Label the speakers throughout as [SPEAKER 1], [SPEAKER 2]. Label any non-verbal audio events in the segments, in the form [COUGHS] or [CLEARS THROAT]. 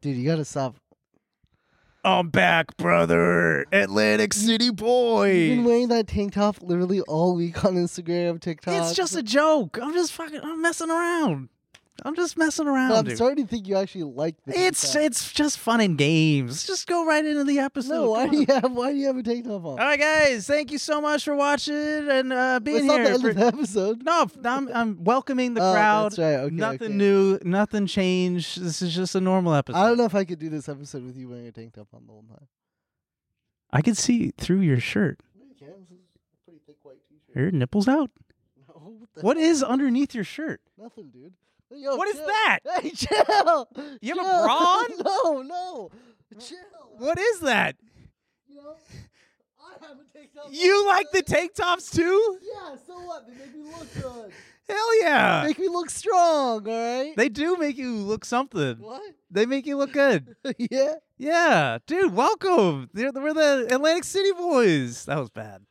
[SPEAKER 1] Dude, you gotta stop.
[SPEAKER 2] I'm back, brother. Atlantic City
[SPEAKER 1] You've been
[SPEAKER 2] boy.
[SPEAKER 1] wearing that tank top literally all week on Instagram, TikTok.
[SPEAKER 2] It's just a joke. I'm just fucking. I'm messing around. I'm just messing around.
[SPEAKER 1] Well, I'm
[SPEAKER 2] dude.
[SPEAKER 1] starting to think you actually like this.
[SPEAKER 2] It's it's just fun and games. Just go right into the episode.
[SPEAKER 1] no. Why
[SPEAKER 2] Come
[SPEAKER 1] do
[SPEAKER 2] on.
[SPEAKER 1] you have? Why do you have a tank top on?
[SPEAKER 2] All right, guys. Thank you so much for watching and uh,
[SPEAKER 1] it's
[SPEAKER 2] being
[SPEAKER 1] not the
[SPEAKER 2] here.
[SPEAKER 1] end
[SPEAKER 2] for-
[SPEAKER 1] of the
[SPEAKER 2] [LAUGHS]
[SPEAKER 1] episode.
[SPEAKER 2] no, f- I'm I'm welcoming the
[SPEAKER 1] Oh,
[SPEAKER 2] crowd.
[SPEAKER 1] That's right. Okay.
[SPEAKER 2] nothing
[SPEAKER 1] okay.
[SPEAKER 2] new. Nothing changed. This is just a normal episode.
[SPEAKER 1] I don't know if I could do this episode with you wearing a tank top on the whole time.
[SPEAKER 2] I can see through your shirt.
[SPEAKER 1] Pretty thick white
[SPEAKER 2] Are your nipples out?
[SPEAKER 1] [LAUGHS] No, what? the-
[SPEAKER 2] What is underneath your shirt?
[SPEAKER 1] Nothing, dude. Hey, yo,
[SPEAKER 2] What is
[SPEAKER 1] chill.
[SPEAKER 2] that?
[SPEAKER 1] Hey, chill.
[SPEAKER 2] You have a
[SPEAKER 1] Chill. [LAUGHS]
[SPEAKER 2] bra on?
[SPEAKER 1] no, no. Chill.
[SPEAKER 2] What is that?
[SPEAKER 1] You know, I haven't taken up.
[SPEAKER 2] You like the tank tops too?
[SPEAKER 1] Yeah. So what? They make me look good.
[SPEAKER 2] Hell yeah.
[SPEAKER 1] [LAUGHS] make me look strong. All right.
[SPEAKER 2] They do make you look something.
[SPEAKER 1] [LAUGHS] what?
[SPEAKER 2] They make you look good.
[SPEAKER 1] [LAUGHS] yeah.
[SPEAKER 2] Yeah, dude, welcome. They're- We're the Atlantic City Boys. That was bad.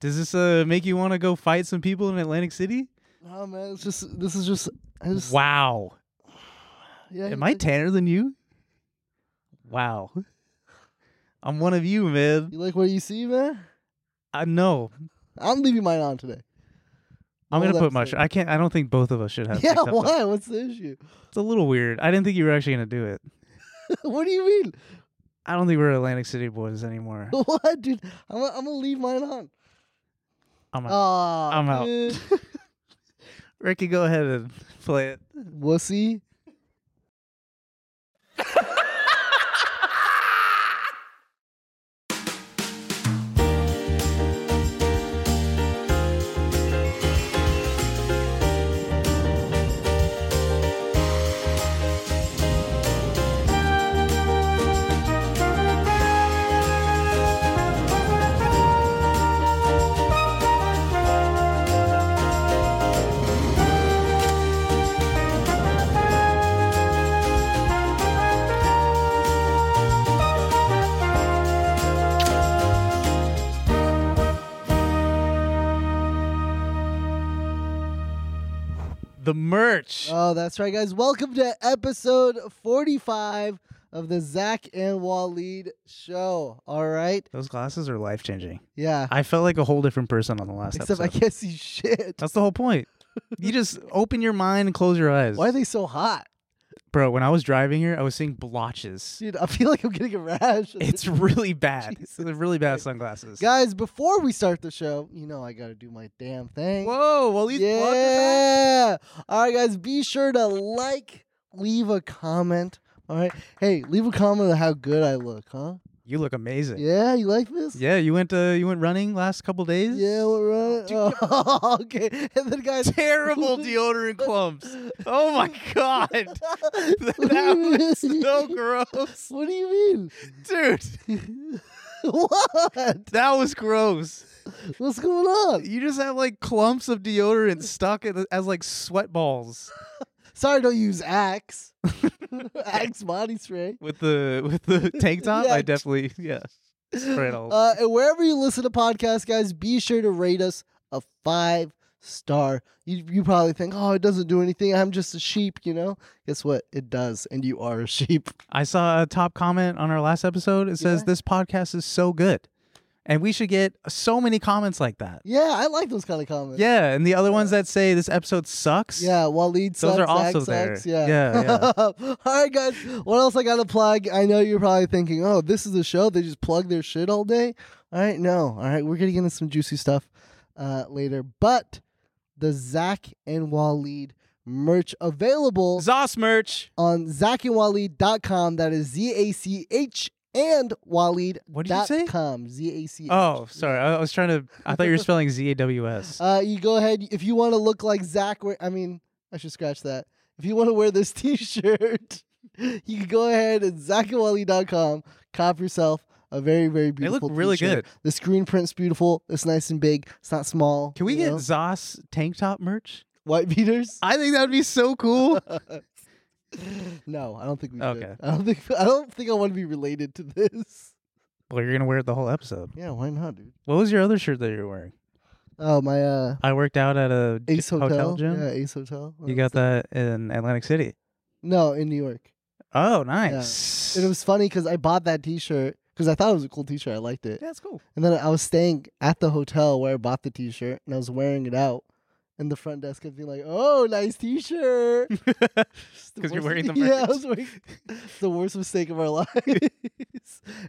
[SPEAKER 2] Does this uh, make you want to go fight some people in Atlantic City?
[SPEAKER 1] No, man. It's just. This is just. I just.
[SPEAKER 2] Wow.
[SPEAKER 1] Yeah,
[SPEAKER 2] Am I
[SPEAKER 1] you-
[SPEAKER 2] tanner than you? Wow. I'm one of you, man.
[SPEAKER 1] You like what you see, man?
[SPEAKER 2] I know.
[SPEAKER 1] I'm leaving mine on
[SPEAKER 2] [LAUGHS]
[SPEAKER 1] today.
[SPEAKER 2] I'm
[SPEAKER 1] Well,
[SPEAKER 2] gonna put
[SPEAKER 1] that's
[SPEAKER 2] my.
[SPEAKER 1] it.
[SPEAKER 2] Sh- I can't. I don't think both of us should have.
[SPEAKER 1] yeah. [LAUGHS]
[SPEAKER 2] tank tops on.
[SPEAKER 1] Why? What's the issue? [LAUGHS]
[SPEAKER 2] It's a little weird. I didn't think you were actually gonna do it.
[SPEAKER 1] what do you mean? [LAUGHS]
[SPEAKER 2] I don't think we're Atlantic City boys anymore.
[SPEAKER 1] What, dude? I'm. gonna- I'm gonna leave mine on.
[SPEAKER 2] I'm out.
[SPEAKER 1] Ah.
[SPEAKER 2] I'm out.
[SPEAKER 1] dude. [LAUGHS]
[SPEAKER 2] Ricky, go ahead and play it.
[SPEAKER 1] Wussy.
[SPEAKER 2] The merch.
[SPEAKER 1] Oh, that's right, guys. Welcome to episode 45 of the Zach and Waleed show. All right.
[SPEAKER 2] Those glasses are life changing.
[SPEAKER 1] Yeah.
[SPEAKER 2] I felt like a whole different person on the last
[SPEAKER 1] Except I
[SPEAKER 2] episode.
[SPEAKER 1] can't see
[SPEAKER 2] [LAUGHS]
[SPEAKER 1] shit.
[SPEAKER 2] That's the
[SPEAKER 1] [LAUGHS]
[SPEAKER 2] whole point. you just open your mind and close your eyes.
[SPEAKER 1] Why are they so hot?
[SPEAKER 2] Bro, when I was driving here, I was seeing blotches.
[SPEAKER 1] Dude, I feel like I'm getting a rash.
[SPEAKER 2] It's really bad.
[SPEAKER 1] Jesus
[SPEAKER 2] They're really bad sunglasses.
[SPEAKER 1] guys, before we start the show, you know I got to do my damn thing.
[SPEAKER 2] Whoa, well, these plugs are back.
[SPEAKER 1] Yeah. All right, guys, be sure to like, leave a comment. All right. Hey, leave a comment on how good I look, huh?
[SPEAKER 2] You look amazing. Yeah.
[SPEAKER 1] Yeah, you like this?
[SPEAKER 2] you went uh, you went running last couple days?
[SPEAKER 1] Yeah, we're running.
[SPEAKER 2] Dude,
[SPEAKER 1] Oh, [LAUGHS] okay. And then, guys, [LAUGHS]
[SPEAKER 2] [LAUGHS] Terrible deodorant clumps. Oh my god. [LAUGHS] that
[SPEAKER 1] What do you [LAUGHS]
[SPEAKER 2] was
[SPEAKER 1] mean?
[SPEAKER 2] so gross.
[SPEAKER 1] What do you
[SPEAKER 2] Dude,
[SPEAKER 1] mean? [LAUGHS] what?
[SPEAKER 2] that was gross.
[SPEAKER 1] What's going on?
[SPEAKER 2] You just have like clumps of deodorant stuck in the, as like sweat balls
[SPEAKER 1] Sorry, don't use Axe. [LAUGHS] Axe body spray.
[SPEAKER 2] with the with the tank top.
[SPEAKER 1] Yeah.
[SPEAKER 2] I definitely yeah. Spray it all.
[SPEAKER 1] Uh, and wherever you listen to podcasts, guys, be sure to rate us a five star. You, you probably think, oh, it doesn't do anything. I'm just a sheep, you know? Guess what? It does. And you are a sheep. [LAUGHS]
[SPEAKER 2] I saw a top comment on our last episode. It says
[SPEAKER 1] Yeah.
[SPEAKER 2] this podcast is so good, and we should get so many comments like that.
[SPEAKER 1] Yeah, I like those kind of comments.
[SPEAKER 2] Yeah, and the other ones that say this episode sucks.
[SPEAKER 1] Yeah, Waleed
[SPEAKER 2] Those
[SPEAKER 1] sucks,
[SPEAKER 2] are also
[SPEAKER 1] Zach sucks,
[SPEAKER 2] there.
[SPEAKER 1] Yeah.
[SPEAKER 2] Yeah,
[SPEAKER 1] [LAUGHS] all right, guys. What else I got to plug? I know you're probably thinking, oh, this is a show. They just plug their shit all day. All right, no. All right, we're getting into some juicy stuff uh, later. But the Zach and Waleed merch available
[SPEAKER 2] Zoss merch.
[SPEAKER 1] on zachandwaleed.com. That is Z A C H and Waleed.
[SPEAKER 2] What did you say?
[SPEAKER 1] Com. Z A C.
[SPEAKER 2] Oh, sorry. I I was trying to. I thought you were spelling Z A W
[SPEAKER 1] [LAUGHS]
[SPEAKER 2] S.
[SPEAKER 1] Uh, you go ahead if you want to look like Zach. Wear, I mean, I should scratch that. If you want to wear this [LAUGHS] T-shirt, [LAUGHS] you can go ahead at zachawali.com. Cop yourself a very, very
[SPEAKER 2] They look
[SPEAKER 1] beautiful.
[SPEAKER 2] really
[SPEAKER 1] t-shirt.
[SPEAKER 2] good.
[SPEAKER 1] The screen print's beautiful. It's nice and big. It's not small.
[SPEAKER 2] Can we
[SPEAKER 1] you
[SPEAKER 2] get
[SPEAKER 1] know?
[SPEAKER 2] Zoss tank top merch?
[SPEAKER 1] white
[SPEAKER 2] [LAUGHS]
[SPEAKER 1] beaters? [LAUGHS]
[SPEAKER 2] I think that would be so cool.
[SPEAKER 1] no, I don't think we.
[SPEAKER 2] Okay.
[SPEAKER 1] Should. I don't think. I don't think I want to be related to this. [LAUGHS]
[SPEAKER 2] well, you're gonna wear it the whole episode.
[SPEAKER 1] Yeah, why not, dude?
[SPEAKER 2] What was your other shirt that you were wearing?
[SPEAKER 1] Oh, my uh,
[SPEAKER 2] I worked out at a j-
[SPEAKER 1] Ace Hotel.
[SPEAKER 2] gym.
[SPEAKER 1] Yeah, Ace Hotel.
[SPEAKER 2] You got that in Atlantic City.
[SPEAKER 1] No, in New York.
[SPEAKER 2] Oh, nice.
[SPEAKER 1] And
[SPEAKER 2] [LAUGHS]
[SPEAKER 1] it was funny because I bought that T-shirt because I thought it was a cool T-shirt. I liked it,
[SPEAKER 2] Yeah, it's cool.
[SPEAKER 1] and then I was staying at the hotel where I bought the T-shirt, and I was wearing it out. And the front desk kept being like, "Oh, nice T-shirt." It's the
[SPEAKER 2] [LAUGHS] 'Cause you're
[SPEAKER 1] worst-
[SPEAKER 2] wearing the
[SPEAKER 1] [LAUGHS] Yeah, I
[SPEAKER 2] merch.
[SPEAKER 1] was wearing it's the worst mistake of our [LAUGHS] lives.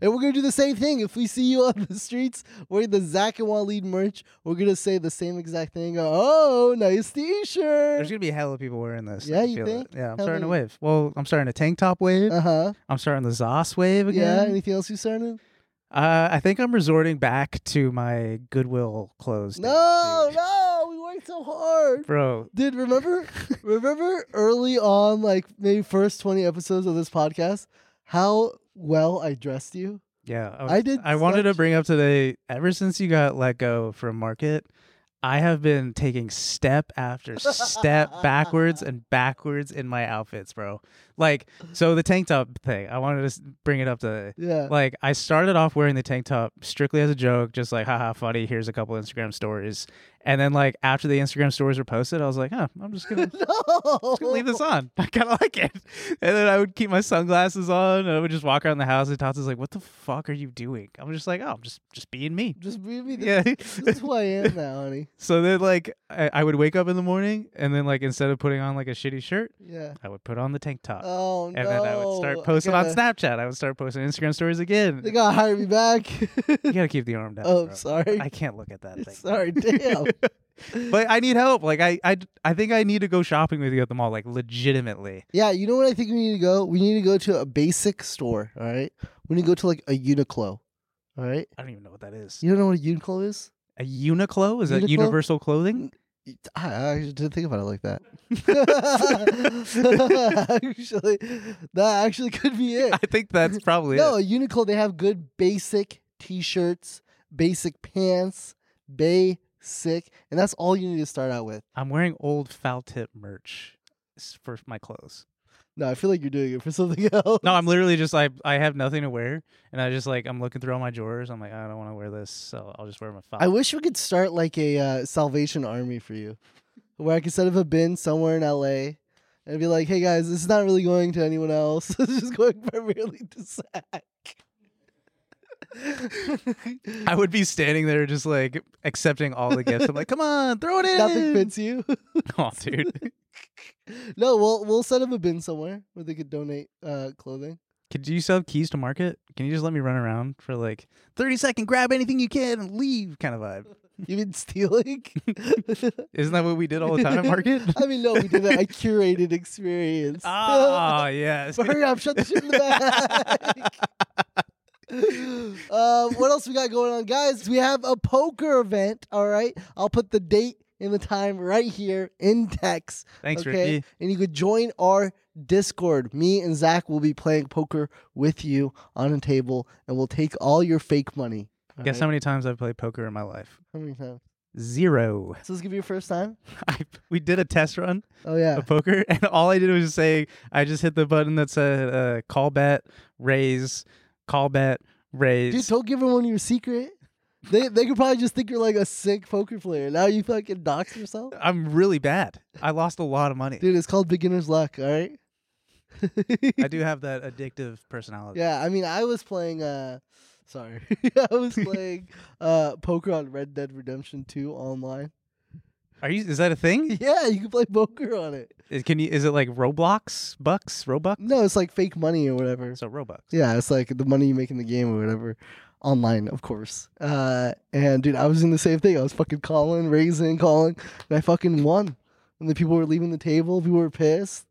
[SPEAKER 1] and we're gonna do the same thing. If we see you on the streets wearing the Zach and Waleed merch, we're gonna say the same exact thing. Oh, nice
[SPEAKER 2] There's
[SPEAKER 1] T-shirt.
[SPEAKER 2] gonna be a hell of people wearing this. I
[SPEAKER 1] Yeah,
[SPEAKER 2] can
[SPEAKER 1] you
[SPEAKER 2] feel
[SPEAKER 1] think?
[SPEAKER 2] it. Yeah, I'm
[SPEAKER 1] How
[SPEAKER 2] starting to
[SPEAKER 1] many?
[SPEAKER 2] wave. Well, I'm starting a tank top wave.
[SPEAKER 1] Uh huh.
[SPEAKER 2] I'm starting the Zos wave
[SPEAKER 1] Yeah.
[SPEAKER 2] again.
[SPEAKER 1] Anything else you started?
[SPEAKER 2] Uh, I think I'm resorting back to my Goodwill clothes. days,
[SPEAKER 1] No,
[SPEAKER 2] dude.
[SPEAKER 1] no. We worked so hard.
[SPEAKER 2] bro.
[SPEAKER 1] Dude, remember,
[SPEAKER 2] [LAUGHS]
[SPEAKER 1] remember early on, like maybe first twenty episodes of this podcast, how well I dressed you.
[SPEAKER 2] Yeah, was-
[SPEAKER 1] I did
[SPEAKER 2] I wanted to
[SPEAKER 1] such-
[SPEAKER 2] bring up today. Ever since you got let go from Market, I have been taking step after step
[SPEAKER 1] [LAUGHS]
[SPEAKER 2] backwards and backwards in my outfits, bro. Like, so the tank top thing. I wanted to s- bring it up today.
[SPEAKER 1] Yeah.
[SPEAKER 2] Like I started off wearing the tank top strictly as a joke, just like haha funny, here's a couple Instagram stories. And then like after the Instagram stories were posted, I was like, huh, I'm just gonna, just
[SPEAKER 1] [LAUGHS] no.
[SPEAKER 2] gonna
[SPEAKER 1] [LAUGHS]
[SPEAKER 2] leave this on. I kinda like it. And then I would keep my sunglasses on and I would just walk around the house and Tots is like, What the fuck are you doing? I'm just like, Oh, I'm just just being me.
[SPEAKER 1] [LAUGHS] Just leave me. This,
[SPEAKER 2] Yeah. [LAUGHS]
[SPEAKER 1] this is who I am now, honey.
[SPEAKER 2] so then like I, I would wake up in the morning and then like instead of putting on like a shitty shirt, [LAUGHS]
[SPEAKER 1] Yeah.
[SPEAKER 2] I would put on the tank top.
[SPEAKER 1] Oh no.
[SPEAKER 2] and then I would start posting on Snapchat. I would start posting Instagram stories again.
[SPEAKER 1] They gotta hire me back. [LAUGHS]
[SPEAKER 2] You gotta keep the arm down.
[SPEAKER 1] oh,
[SPEAKER 2] bro.
[SPEAKER 1] I'm sorry.
[SPEAKER 2] I can't look
[SPEAKER 1] [LAUGHS]
[SPEAKER 2] at that thing. [LAUGHS]
[SPEAKER 1] sorry. Damn.
[SPEAKER 2] But I need help. Like I, I, I think I need to go shopping with you at the mall. Like legitimately.
[SPEAKER 1] yeah. You know what I think we need to go? We need to go to a basic store. All right. We need to go to like a Uniqlo. All right.
[SPEAKER 2] I don't even know what that is.
[SPEAKER 1] You don't know what a Uniqlo is?
[SPEAKER 2] A Uniqlo is
[SPEAKER 1] Uniqlo?
[SPEAKER 2] that universal
[SPEAKER 1] [LAUGHS]
[SPEAKER 2] clothing?
[SPEAKER 1] It- I I actually didn't think about it like that. [LAUGHS] actually, that actually could be
[SPEAKER 2] [LAUGHS]
[SPEAKER 1] it.
[SPEAKER 2] I think that's probably
[SPEAKER 1] No,
[SPEAKER 2] it.
[SPEAKER 1] a Uniqlo, they have good basic t shirts, basic pants, basic. And that's all you need to start out with.
[SPEAKER 2] I'm wearing old foul tip merch s- for my clothes.
[SPEAKER 1] No, I feel like you're doing it for something [LAUGHS] else.
[SPEAKER 2] No, I'm literally just like I have nothing to wear, and I just like I'm looking through all my drawers. I'm like I don't want to wear this, so I'll just wear my foul.
[SPEAKER 1] I wish we could start like a uh, Salvation Army for you, where I could set up a bin somewhere in LA and be like, hey guys, this is not really going to anyone else. [LAUGHS] it's just going primarily to Zach.
[SPEAKER 2] I would be standing there just like accepting all the gifts. I'm like, come on, throw it
[SPEAKER 1] [LAUGHS]
[SPEAKER 2] in.
[SPEAKER 1] Nothing
[SPEAKER 2] [LAUGHS]
[SPEAKER 1] fits you.
[SPEAKER 2] Oh, dude.
[SPEAKER 1] No, we'll we'll set up a bin somewhere where they could donate uh, clothing.
[SPEAKER 2] Could you sell keys to market? Can you just let me run around for like 30 second, grab anything you can and leave kind of vibe?
[SPEAKER 1] You've been [LAUGHS] stealing.
[SPEAKER 2] Isn't that what we did all the time
[SPEAKER 1] [LAUGHS]
[SPEAKER 2] at market?
[SPEAKER 1] I mean, no, we did a curated experience.
[SPEAKER 2] Ah, yes.
[SPEAKER 1] [LAUGHS] But hurry up, shut the shit in the
[SPEAKER 2] [LAUGHS]
[SPEAKER 1] back. uh, what else we got going on, guys? We have a poker event. All right, I'll put the date and the time right here in text.
[SPEAKER 2] Thanks,
[SPEAKER 1] okay,
[SPEAKER 2] Ricky.
[SPEAKER 1] and you could join our Discord. Me and Zach will be playing poker with you on a table, and we'll take all your fake money. All
[SPEAKER 2] Guess
[SPEAKER 1] right?
[SPEAKER 2] how many times I've played poker in my life?
[SPEAKER 1] how many times? [LAUGHS] So
[SPEAKER 2] Zero.
[SPEAKER 1] this is gonna be your first time.
[SPEAKER 2] I, [LAUGHS] we did a test run
[SPEAKER 1] Oh yeah,
[SPEAKER 2] of poker, [LAUGHS] and all I did was just say, I just hit the button that said uh, call bet, raise, call bet, raise.
[SPEAKER 1] dude, don't give everyone your secret. They they could probably just think you're like a sick poker player. Now you fucking dox yourself.
[SPEAKER 2] I'm really bad. I lost a lot of money.
[SPEAKER 1] Dude, it's called beginner's luck, all right? [LAUGHS]
[SPEAKER 2] I do have that addictive personality.
[SPEAKER 1] yeah, I mean, I was playing uh sorry. [LAUGHS] I was playing uh poker on Red Dead Redemption 2 online. [LAUGHS]
[SPEAKER 2] Are you? Is that a thing?
[SPEAKER 1] Yeah, you can play poker on it.
[SPEAKER 2] Is, can you? Is it like Roblox bucks? Robux?
[SPEAKER 1] No, it's like fake money or whatever.
[SPEAKER 2] So Robux.
[SPEAKER 1] Mm. Yeah, it's like the money you make in the game or whatever. Online, of course. Uh and dude, I was in the same thing. I was fucking calling, raising, calling, and I fucking won. And the people were leaving the table, people were pissed.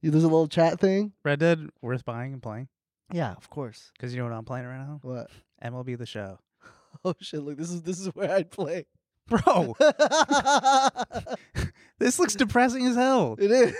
[SPEAKER 1] Dude, there's a little chat thing.
[SPEAKER 2] Red Dead worth buying and playing
[SPEAKER 1] Yeah, of course.
[SPEAKER 2] because you know what I'm playing right now.
[SPEAKER 1] What?
[SPEAKER 2] MLB
[SPEAKER 1] [LAUGHS]
[SPEAKER 2] the Show.
[SPEAKER 1] Oh shit! Look, this is this is where I'd play. [LAUGHS]
[SPEAKER 2] Bro,
[SPEAKER 1] it
[SPEAKER 2] this looks depressing as hell.
[SPEAKER 1] [LAUGHS] is.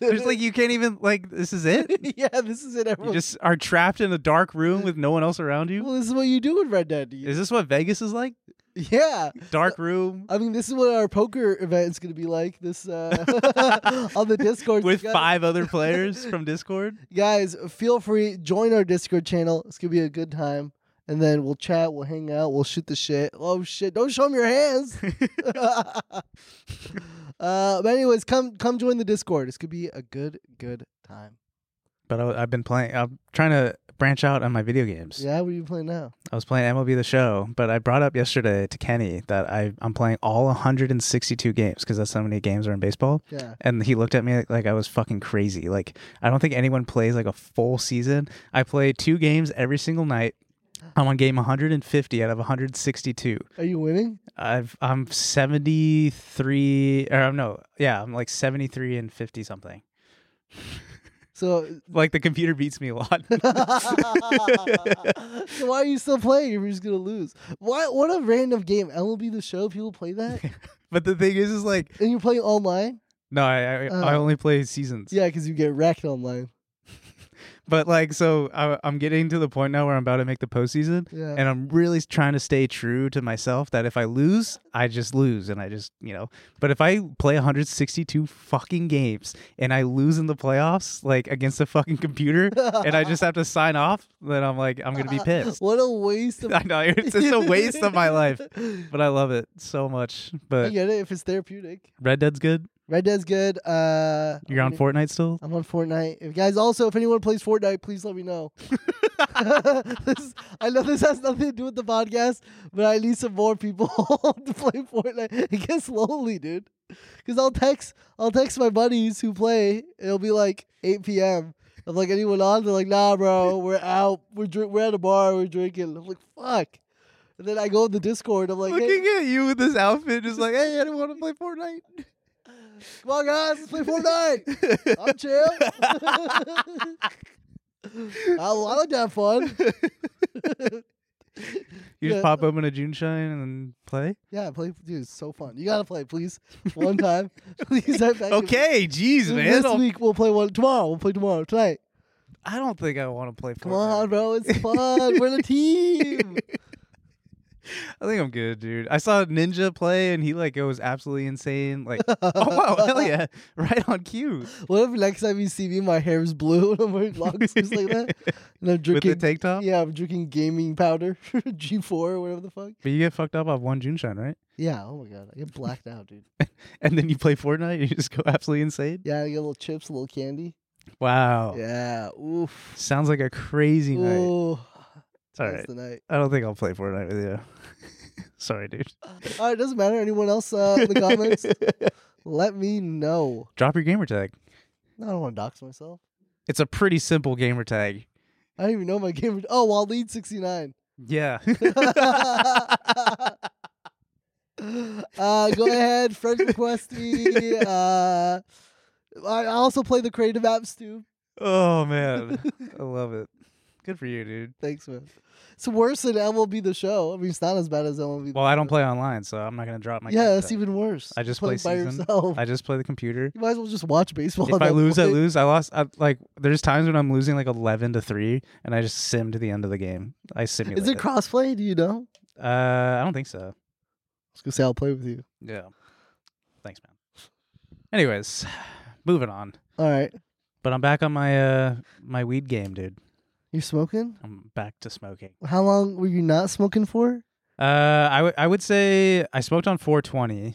[SPEAKER 2] There's like you can't even like this
[SPEAKER 1] [LAUGHS]
[SPEAKER 2] is it.
[SPEAKER 1] yeah, this is it.
[SPEAKER 2] You
[SPEAKER 1] Everyone.
[SPEAKER 2] just are trapped in a dark room with no one else around you.
[SPEAKER 1] well, this is what you do in Red Dead. You,
[SPEAKER 2] Is this what Vegas is like?
[SPEAKER 1] yeah,
[SPEAKER 2] Dark room
[SPEAKER 1] I mean, this is what our poker event is going to be like. This uh, [LAUGHS] on the Discord
[SPEAKER 2] with
[SPEAKER 1] guys,
[SPEAKER 2] five
[SPEAKER 1] [LAUGHS]
[SPEAKER 2] other players from Discord.
[SPEAKER 1] Guys, feel free join our Discord channel. It's going to be a good time. And then we'll chat, we'll hang out, we'll shoot the shit. Oh shit! Don't show them your
[SPEAKER 2] [LAUGHS]
[SPEAKER 1] hands. [LAUGHS] uh, but anyways, come come join the Discord. It's gonna be a good good time.
[SPEAKER 2] But I, have been playing. I'm trying to branch out on my video games.
[SPEAKER 1] Yeah, what are you playing now?
[SPEAKER 2] I was playing MLB The Show, but I brought up yesterday to Kenny that I, I'm playing all 162 games because that's how many games are in baseball.
[SPEAKER 1] Yeah.
[SPEAKER 2] And he looked at me like, like I was fucking crazy. Like, I don't think anyone plays like a full season. I play two games every single night. I'm on game 150 out of 162.
[SPEAKER 1] Are you winning?
[SPEAKER 2] I've I'm 73 or I'm no, yeah, I'm like 73 and 50 something.
[SPEAKER 1] So, [LAUGHS]
[SPEAKER 2] Like the computer beats me a lot. [LAUGHS]
[SPEAKER 1] so why are you still playing if you're just gonna lose? What what a random game. MLB the show, people play
[SPEAKER 2] [LAUGHS]
[SPEAKER 1] that?
[SPEAKER 2] but the thing is is like
[SPEAKER 1] and you're playing online?
[SPEAKER 2] no, I I, I
[SPEAKER 1] Oh.
[SPEAKER 2] only play seasons.
[SPEAKER 1] Yeah, because you get wrecked online.
[SPEAKER 2] But like so I, I'm getting to the point now where I'm about to make the postseason
[SPEAKER 1] Yeah.
[SPEAKER 2] and I'm really trying to stay true to myself that if I lose, I just lose and I just, you know. But if I play 162 fucking games and I lose in the playoffs like against a fucking computer and I just have to sign off, then I'm like I'm going to be
[SPEAKER 1] [LAUGHS]
[SPEAKER 2] pissed. [LAUGHS]
[SPEAKER 1] What a waste of
[SPEAKER 2] I know it's just a waste of my life, but I love it so much.
[SPEAKER 1] I
[SPEAKER 2] But
[SPEAKER 1] get it if it's therapeutic.
[SPEAKER 2] Red Dead's good.
[SPEAKER 1] Red Dead's good. Uh
[SPEAKER 2] You're on
[SPEAKER 1] I'm-
[SPEAKER 2] Fortnite still?
[SPEAKER 1] I'm on Fortnite. If guys also if anyone plays Fortnite, please let me know. [LAUGHS] This- I know this has nothing to do with the podcast, but I need some more people [LAUGHS] to play Fortnite. [LAUGHS] It gets lonely, dude. Cause I'll text I'll text my buddies who play. It'll be like 8 p.m. I'm like, anyone on? They're like, nah, bro, we're out. We're drink- we're at a bar. We're drinking. I'm like, fuck. And then I go in the Discord. I'm like, hey,
[SPEAKER 2] Looking at you with this outfit, just like, hey, I don't want to play
[SPEAKER 1] [LAUGHS]
[SPEAKER 2] Fortnite.
[SPEAKER 1] come on, guys, let's play Fortnite. I'm
[SPEAKER 2] [LAUGHS]
[SPEAKER 1] chill. [LAUGHS] I, I like to have fun.
[SPEAKER 2] You just
[SPEAKER 1] Yeah.
[SPEAKER 2] pop open a June Shine and play.
[SPEAKER 1] Yeah, play, dude, it's so fun. You gotta play, please. One
[SPEAKER 2] [LAUGHS]
[SPEAKER 1] time, please. I beg of you.
[SPEAKER 2] Okay, jeez,
[SPEAKER 1] Dude, [LAUGHS]
[SPEAKER 2] man.
[SPEAKER 1] This week we'll play one. Tomorrow we'll play tomorrow. Tonight,
[SPEAKER 2] I don't think I want to play Fortnite.
[SPEAKER 1] come on, bro. It's fun.
[SPEAKER 2] [LAUGHS]
[SPEAKER 1] We're the team.
[SPEAKER 2] I think I'm good, dude. I saw Ninja play and he like goes absolutely insane. Like, [LAUGHS] oh wow, hell yeah, right on cue
[SPEAKER 1] [LAUGHS] What if next time you see me, my hair is blue and I'm wearing
[SPEAKER 2] [LAUGHS]
[SPEAKER 1] long sleeves like that, and I'm
[SPEAKER 2] with the
[SPEAKER 1] drinking.
[SPEAKER 2] tank top.
[SPEAKER 1] yeah, I'm drinking gaming powder, [LAUGHS] G4 or whatever the fuck.
[SPEAKER 2] But you get fucked up off one June Shine, right?
[SPEAKER 1] Yeah. Oh my god, I get blacked out, dude.
[SPEAKER 2] And then you play Fortnite, and you just go [LAUGHS] absolutely insane.
[SPEAKER 1] Yeah, I get little chips, a little candy.
[SPEAKER 2] Wow.
[SPEAKER 1] Yeah. Oof.
[SPEAKER 2] Sounds like a crazy night.
[SPEAKER 1] Ooh.
[SPEAKER 2] It's all
[SPEAKER 1] That's
[SPEAKER 2] right.
[SPEAKER 1] the night.
[SPEAKER 2] I don't think I'll play Fortnite with you. [LAUGHS] Sorry, dude.
[SPEAKER 1] All right, doesn't matter. Anyone else uh, in the
[SPEAKER 2] [LAUGHS]
[SPEAKER 1] comments? Let me know.
[SPEAKER 2] Drop your gamer tag.
[SPEAKER 1] No, I don't want to dox myself.
[SPEAKER 2] It's a pretty simple gamer tag.
[SPEAKER 1] I don't even know my game. Oh, Waleed sixty [LAUGHS] nine.
[SPEAKER 2] Yeah. [LAUGHS]
[SPEAKER 1] uh, go ahead, friend request me. Uh, I also play the creative apps too.
[SPEAKER 2] oh
[SPEAKER 1] [LAUGHS]
[SPEAKER 2] man, I love it. Good for you, dude.
[SPEAKER 1] Thanks, man. It's worse than MLB the show. I mean, it's not as bad as MLB.
[SPEAKER 2] Well, I don't
[SPEAKER 1] The
[SPEAKER 2] play online, so I'm not gonna drop my.
[SPEAKER 1] Show. Yeah,
[SPEAKER 2] gamer
[SPEAKER 1] that's
[SPEAKER 2] tag.
[SPEAKER 1] even worse.
[SPEAKER 2] I
[SPEAKER 1] You're
[SPEAKER 2] just play
[SPEAKER 1] playing by
[SPEAKER 2] season.
[SPEAKER 1] yourself.
[SPEAKER 2] I just play
[SPEAKER 1] [LAUGHS]
[SPEAKER 2] the computer.
[SPEAKER 1] you might as well just watch baseball.
[SPEAKER 2] if
[SPEAKER 1] at
[SPEAKER 2] I
[SPEAKER 1] that
[SPEAKER 2] lose, I
[SPEAKER 1] point.
[SPEAKER 2] lose. I lost. I, like there's times when I'm losing like 11 to three, and I just sim to the end of the game. I simulate.
[SPEAKER 1] Is it crossplay? Do you know?
[SPEAKER 2] uh, I don't think so.
[SPEAKER 1] I was gonna say I'll play with you.
[SPEAKER 2] Yeah. Thanks, man. Anyways, moving on.
[SPEAKER 1] All right,
[SPEAKER 2] But I'm back on my uh my weed game, dude.
[SPEAKER 1] you smoking?
[SPEAKER 2] I'm back to smoking.
[SPEAKER 1] How long were you not smoking for?
[SPEAKER 2] Uh, I would I would say I smoked on 420,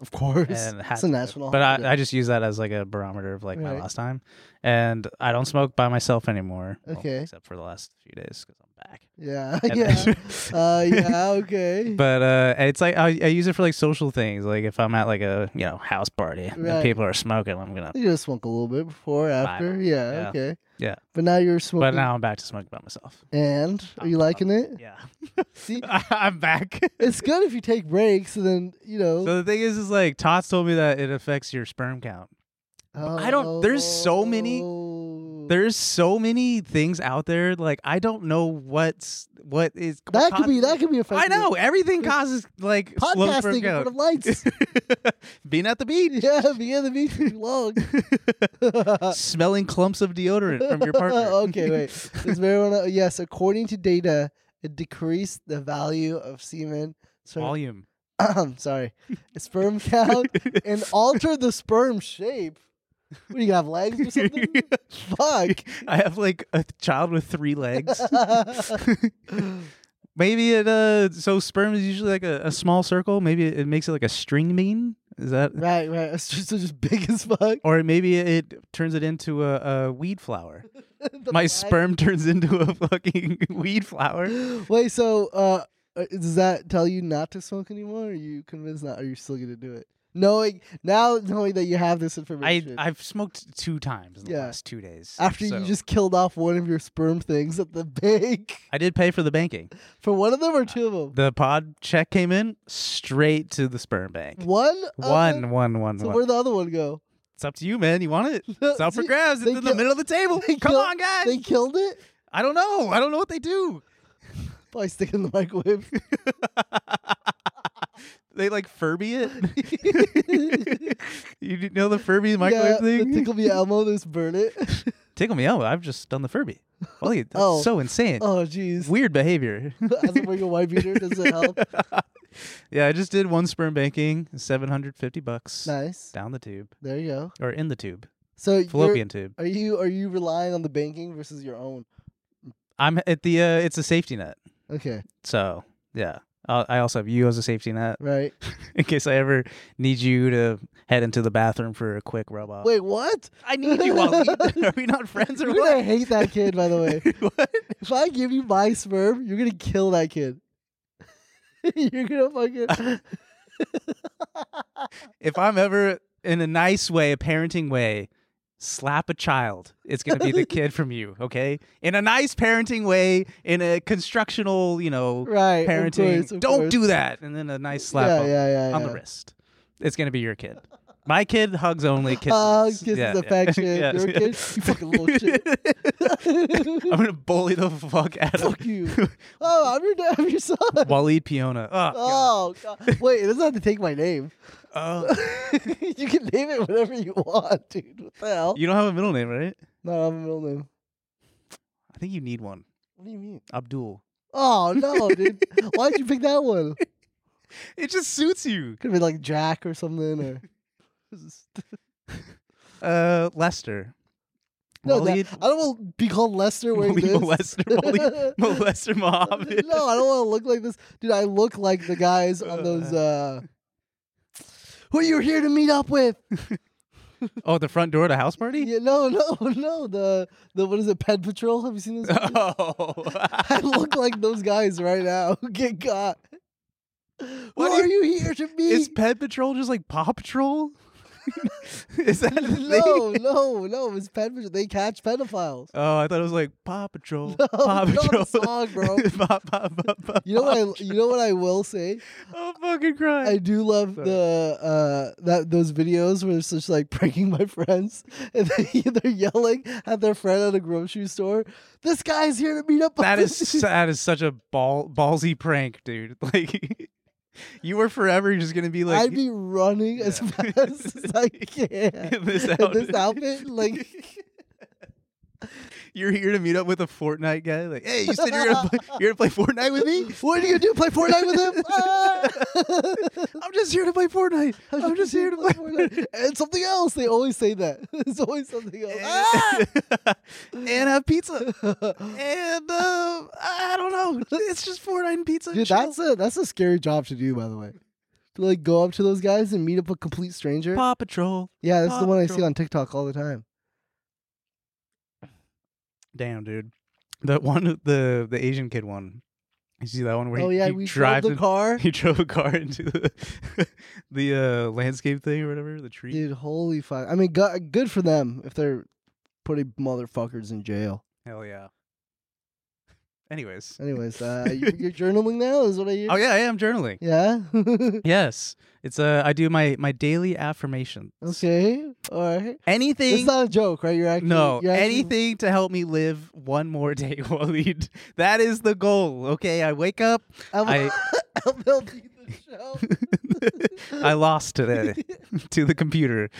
[SPEAKER 1] Of course,
[SPEAKER 2] and had
[SPEAKER 1] it's a
[SPEAKER 2] to,
[SPEAKER 1] national.
[SPEAKER 2] But
[SPEAKER 1] holiday.
[SPEAKER 2] I, I just use that as like a barometer of like my
[SPEAKER 1] Right.
[SPEAKER 2] last time, and I don't smoke by myself anymore. well,
[SPEAKER 1] Okay.
[SPEAKER 2] except for the last few days because I'm back.
[SPEAKER 1] yeah, [LAUGHS]
[SPEAKER 2] And
[SPEAKER 1] yeah.
[SPEAKER 2] then-
[SPEAKER 1] uh, yeah, okay.
[SPEAKER 2] [LAUGHS] But uh, it's like I, I use it for like social things. Like if I'm at like a you know house party
[SPEAKER 1] Right.
[SPEAKER 2] and people are smoking, I'm gonna.
[SPEAKER 1] you just smoke a little bit before, after. Yeah,
[SPEAKER 2] yeah,
[SPEAKER 1] okay.
[SPEAKER 2] yeah.
[SPEAKER 1] But now you're smoking.
[SPEAKER 2] But now I'm back to smoking by
[SPEAKER 1] [LAUGHS]
[SPEAKER 2] myself.
[SPEAKER 1] And are you liking it?
[SPEAKER 2] Yeah, [LAUGHS]
[SPEAKER 1] See,
[SPEAKER 2] I'm back.
[SPEAKER 1] it's good if you take breaks and then, you know.
[SPEAKER 2] so the thing is, is like Tots told me that it affects your sperm count. I don't- there's so many-
[SPEAKER 1] Oh.
[SPEAKER 2] There's so many things out there. Like I don't know what's what is.
[SPEAKER 1] that could be, that could be
[SPEAKER 2] I
[SPEAKER 1] effective.
[SPEAKER 2] know everything causes like slow
[SPEAKER 1] Podcasting
[SPEAKER 2] sperm
[SPEAKER 1] in front
[SPEAKER 2] count.
[SPEAKER 1] of
[SPEAKER 2] [LAUGHS]
[SPEAKER 1] lights.
[SPEAKER 2] Being at the
[SPEAKER 1] [LAUGHS]
[SPEAKER 2] beach,
[SPEAKER 1] yeah, be in the beach too
[SPEAKER 2] [LAUGHS]
[SPEAKER 1] long.
[SPEAKER 2] smelling clumps of deodorant from your partner.
[SPEAKER 1] Uh, [LAUGHS] okay,
[SPEAKER 2] [LAUGHS]
[SPEAKER 1] wait. Does marijuana? Yes, according to data, it decreased the value of semen. [COUGHS] Sorry, [LAUGHS]
[SPEAKER 2] Volume.
[SPEAKER 1] sorry, sperm
[SPEAKER 2] [LAUGHS]
[SPEAKER 1] count and altered the sperm shape. What do you have legs or something?
[SPEAKER 2] [LAUGHS]
[SPEAKER 1] Fuck. [LAUGHS]
[SPEAKER 2] I have like a child with three legs. [LAUGHS] maybe it uh so sperm is usually like a, a small circle. Maybe it, it makes it like a string bean. Is that
[SPEAKER 1] right, right. It's just, it's just big as fuck. [LAUGHS] [LAUGHS]
[SPEAKER 2] or maybe it turns it into a, a weed flower.
[SPEAKER 1] The
[SPEAKER 2] My
[SPEAKER 1] flag?
[SPEAKER 2] sperm turns into a fucking [LAUGHS] weed flower.
[SPEAKER 1] [LAUGHS] Wait, so uh, uh, does that tell you not to smoke anymore? Or are you convinced not? Are you still gonna do it? Knowing now, knowing that you have this
[SPEAKER 2] I
[SPEAKER 1] information.
[SPEAKER 2] I've smoked two times in the
[SPEAKER 1] Yeah.
[SPEAKER 2] last two days.
[SPEAKER 1] after
[SPEAKER 2] so-
[SPEAKER 1] you just killed off one of your sperm things at the [LAUGHS] bank
[SPEAKER 2] I did pay for the banking.
[SPEAKER 1] for one of them or two of them.
[SPEAKER 2] The pod check came in straight to the sperm bank.
[SPEAKER 1] One. of
[SPEAKER 2] One,
[SPEAKER 1] them?
[SPEAKER 2] one, one,
[SPEAKER 1] So
[SPEAKER 2] one.
[SPEAKER 1] where'd the other one go?
[SPEAKER 2] It's up to you, man. You
[SPEAKER 1] [LAUGHS]
[SPEAKER 2] want it? It's up for
[SPEAKER 1] See,
[SPEAKER 2] grabs. It's
[SPEAKER 1] they
[SPEAKER 2] in the
[SPEAKER 1] kill-
[SPEAKER 2] middle of the table.
[SPEAKER 1] they
[SPEAKER 2] Come
[SPEAKER 1] kill-
[SPEAKER 2] on, guys.
[SPEAKER 1] They killed it
[SPEAKER 2] I don't know. I don't know what they do.
[SPEAKER 1] Probably stick it in the microwave.
[SPEAKER 2] [LAUGHS] They like
[SPEAKER 1] [LAUGHS]
[SPEAKER 2] Furby it. [LAUGHS] you d- know the Furby microwave
[SPEAKER 1] yeah,
[SPEAKER 2] thing?
[SPEAKER 1] The tickle me Elmo. Just burn
[SPEAKER 2] [LAUGHS]
[SPEAKER 1] it.
[SPEAKER 2] Tickle me Elmo. I've just done the Furby. Well, you- that's
[SPEAKER 1] Oh.
[SPEAKER 2] so insane.
[SPEAKER 1] oh jeez.
[SPEAKER 2] Weird behavior.
[SPEAKER 1] [LAUGHS] As a wearing a white beater, does it help?
[SPEAKER 2] [LAUGHS] yeah, I just did one sperm banking, 750 bucks
[SPEAKER 1] Nice.
[SPEAKER 2] down the tube
[SPEAKER 1] There you go.
[SPEAKER 2] or in the tube,
[SPEAKER 1] So you're-
[SPEAKER 2] fallopian tube.
[SPEAKER 1] Are you are you relying on the banking versus your own?
[SPEAKER 2] I'm at the uh it's a safety net.
[SPEAKER 1] Okay,
[SPEAKER 2] So, yeah. i I also have you as a safety net [LAUGHS]
[SPEAKER 1] right.
[SPEAKER 2] in case I ever need you to head into the bathroom for a quick rub
[SPEAKER 1] [LAUGHS]
[SPEAKER 2] off.
[SPEAKER 1] Wait, what?
[SPEAKER 2] I need you,
[SPEAKER 1] [LAUGHS]
[SPEAKER 2] Waleed. Are we [LAUGHS] not friends or
[SPEAKER 1] You're gonna
[SPEAKER 2] what?
[SPEAKER 1] hate that kid, by the [LAUGHS]
[SPEAKER 2] [LAUGHS]
[SPEAKER 1] way.
[SPEAKER 2] what?
[SPEAKER 1] if I give you my sperm, you're gonna kill that kid. [LAUGHS] you're gonna [LAUGHS] fucking.
[SPEAKER 2] If I'm ever in a nice way, a parenting way, slap a child, it's going to
[SPEAKER 1] [LAUGHS]
[SPEAKER 2] be the kid from you, okay? In a nice parenting way, in a constructional, you know,
[SPEAKER 1] right. of
[SPEAKER 2] parenting.
[SPEAKER 1] course, of
[SPEAKER 2] Don't
[SPEAKER 1] course.
[SPEAKER 2] do that. And then a nice slap
[SPEAKER 1] yeah,
[SPEAKER 2] on,
[SPEAKER 1] yeah, yeah,
[SPEAKER 2] on
[SPEAKER 1] yeah.
[SPEAKER 2] the wrist. It's going to be your kid. My kid hugs only kisses.
[SPEAKER 1] Hugs, kisses,
[SPEAKER 2] Yeah, yeah.
[SPEAKER 1] affection.
[SPEAKER 2] Yes,
[SPEAKER 1] Your
[SPEAKER 2] [LAUGHS] yeah.
[SPEAKER 1] kid, you fucking little shit.
[SPEAKER 2] [LAUGHS] I'm going to bully the fuck out
[SPEAKER 1] [LAUGHS]
[SPEAKER 2] of
[SPEAKER 1] Fuck [LAUGHS] you. Oh, I'm your dad. I'm your son. [LAUGHS]
[SPEAKER 2] Waleed Piona. Oh, God.
[SPEAKER 1] Oh God. Wait, it doesn't have to take my name. [LAUGHS]
[SPEAKER 2] Oh.
[SPEAKER 1] you can name it whatever you want, dude. What the hell?
[SPEAKER 2] You don't have a middle name, right?
[SPEAKER 1] No, I have a middle name.
[SPEAKER 2] I think you need one.
[SPEAKER 1] What do you mean?
[SPEAKER 2] Abdul.
[SPEAKER 1] Oh no, [LAUGHS] dude! Why'd you pick that one?
[SPEAKER 2] It just suits you.
[SPEAKER 1] Could have been like Jack or something, or
[SPEAKER 2] Uh, Lester.
[SPEAKER 1] no, that-
[SPEAKER 2] Waleed.
[SPEAKER 1] I don't want to be called Lester wearing
[SPEAKER 2] Waleed
[SPEAKER 1] this. [LAUGHS]
[SPEAKER 2] Molester. Waleed Molester Mohammed.
[SPEAKER 1] no, I don't want to look like this, dude. I look like the guys on those. uh Who you were here to meet up with?
[SPEAKER 2] Oh, the front door to house party?
[SPEAKER 1] Yeah, no, no, [LAUGHS] no. The the what is it? Ped Patrol. Have you seen
[SPEAKER 2] [LAUGHS]
[SPEAKER 1] those?
[SPEAKER 2] [LAUGHS] Oh.
[SPEAKER 1] I look like those guys right now [LAUGHS] who get caught. What
[SPEAKER 2] What
[SPEAKER 1] are
[SPEAKER 2] do
[SPEAKER 1] you here to meet? [LAUGHS]
[SPEAKER 2] Is Pet Patrol just like Paw Patrol? [LAUGHS] Is that a
[SPEAKER 1] [LAUGHS]
[SPEAKER 2] thing?
[SPEAKER 1] no, no, no. It's Ped Patrol. They catch pedophiles.
[SPEAKER 2] Oh, I thought it was like Paw Patrol.
[SPEAKER 1] [LAUGHS] No,
[SPEAKER 2] Paw
[SPEAKER 1] no, the
[SPEAKER 2] Patrol.
[SPEAKER 1] song, bro.
[SPEAKER 2] [LAUGHS] Paw- Paw- Paw- Paw- [LAUGHS]
[SPEAKER 1] You know what I
[SPEAKER 2] Paw-
[SPEAKER 1] you know what I will say?
[SPEAKER 2] I'm fucking crying.
[SPEAKER 1] I do love
[SPEAKER 2] Sorry.
[SPEAKER 1] the uh that those videos where it's just like [LAUGHS] pranking my friends [LAUGHS] and they, they're yelling at their friend at a grocery store. This guy's here to meet up. with
[SPEAKER 2] [LAUGHS] That
[SPEAKER 1] [LAUGHS]
[SPEAKER 2] is
[SPEAKER 1] us."
[SPEAKER 2] su- that is such a ball ballsy prank, dude. [LAUGHS] Like you were forever just gonna be like
[SPEAKER 1] I'd be running as
[SPEAKER 2] Yeah.
[SPEAKER 1] fast as I can
[SPEAKER 2] [LAUGHS] in
[SPEAKER 1] [LAUGHS]
[SPEAKER 2] this
[SPEAKER 1] in
[SPEAKER 2] outfit.
[SPEAKER 1] this outfit. Like
[SPEAKER 2] [LAUGHS] you're here to meet up with a Fortnite guy. Like, hey, you said
[SPEAKER 1] [LAUGHS]
[SPEAKER 2] you're gonna play, you're gonna play Fortnite with me.
[SPEAKER 1] what are you gonna do? Play Fortnite with him? [LAUGHS]
[SPEAKER 2] [LAUGHS]
[SPEAKER 1] Ah!
[SPEAKER 2] I'm just here to play Fortnite. I'm just here to play. [LAUGHS]
[SPEAKER 1] Fortnite. And something else. They always say that. [LAUGHS] It's always something else.
[SPEAKER 2] Eh,
[SPEAKER 1] Ah!
[SPEAKER 2] and have pizza. And uh, I don't know. It's just Fortnite and
[SPEAKER 1] [LAUGHS]
[SPEAKER 2] pizza.
[SPEAKER 1] Dude,
[SPEAKER 2] chill.
[SPEAKER 1] that's a that's a scary job to do, by the way. To like go up to those guys and meet up a complete stranger.
[SPEAKER 2] Paw Patrol.
[SPEAKER 1] yeah, that's the
[SPEAKER 2] Paw
[SPEAKER 1] one I see
[SPEAKER 2] Patrol.
[SPEAKER 1] on TikTok all the time.
[SPEAKER 2] Damn, dude. That one, the the Asian kid one. You see that one where
[SPEAKER 1] oh
[SPEAKER 2] he,
[SPEAKER 1] yeah,
[SPEAKER 2] he
[SPEAKER 1] we drove
[SPEAKER 2] drives
[SPEAKER 1] the
[SPEAKER 2] in-
[SPEAKER 1] car.
[SPEAKER 2] [LAUGHS] he drove a car into the [LAUGHS] the uh, landscape thing or whatever, the tree.
[SPEAKER 1] Dude, holy fuck! I mean, go- good for them if they're putting motherfuckers in jail.
[SPEAKER 2] Hell yeah. Anyways,
[SPEAKER 1] Anyways,
[SPEAKER 2] [LAUGHS]
[SPEAKER 1] uh, you, you're journaling now, is what I hear.
[SPEAKER 2] oh yeah, I am journaling.
[SPEAKER 1] yeah. [LAUGHS]
[SPEAKER 2] Yes, it's uh, I do my my daily affirmation.
[SPEAKER 1] okay. All right. It's
[SPEAKER 2] Anything.
[SPEAKER 1] not a joke, right? You're actually
[SPEAKER 2] no,
[SPEAKER 1] you're actually-
[SPEAKER 2] anything to help me live one more [LAUGHS] day, Waleed. That is the goal. Okay, I wake up. [LAUGHS]
[SPEAKER 1] I'm, [LAUGHS]
[SPEAKER 2] I-
[SPEAKER 1] MLB the
[SPEAKER 2] [LAUGHS]
[SPEAKER 1] show.
[SPEAKER 2] I
[SPEAKER 1] [LAUGHS]
[SPEAKER 2] lost today to the computer.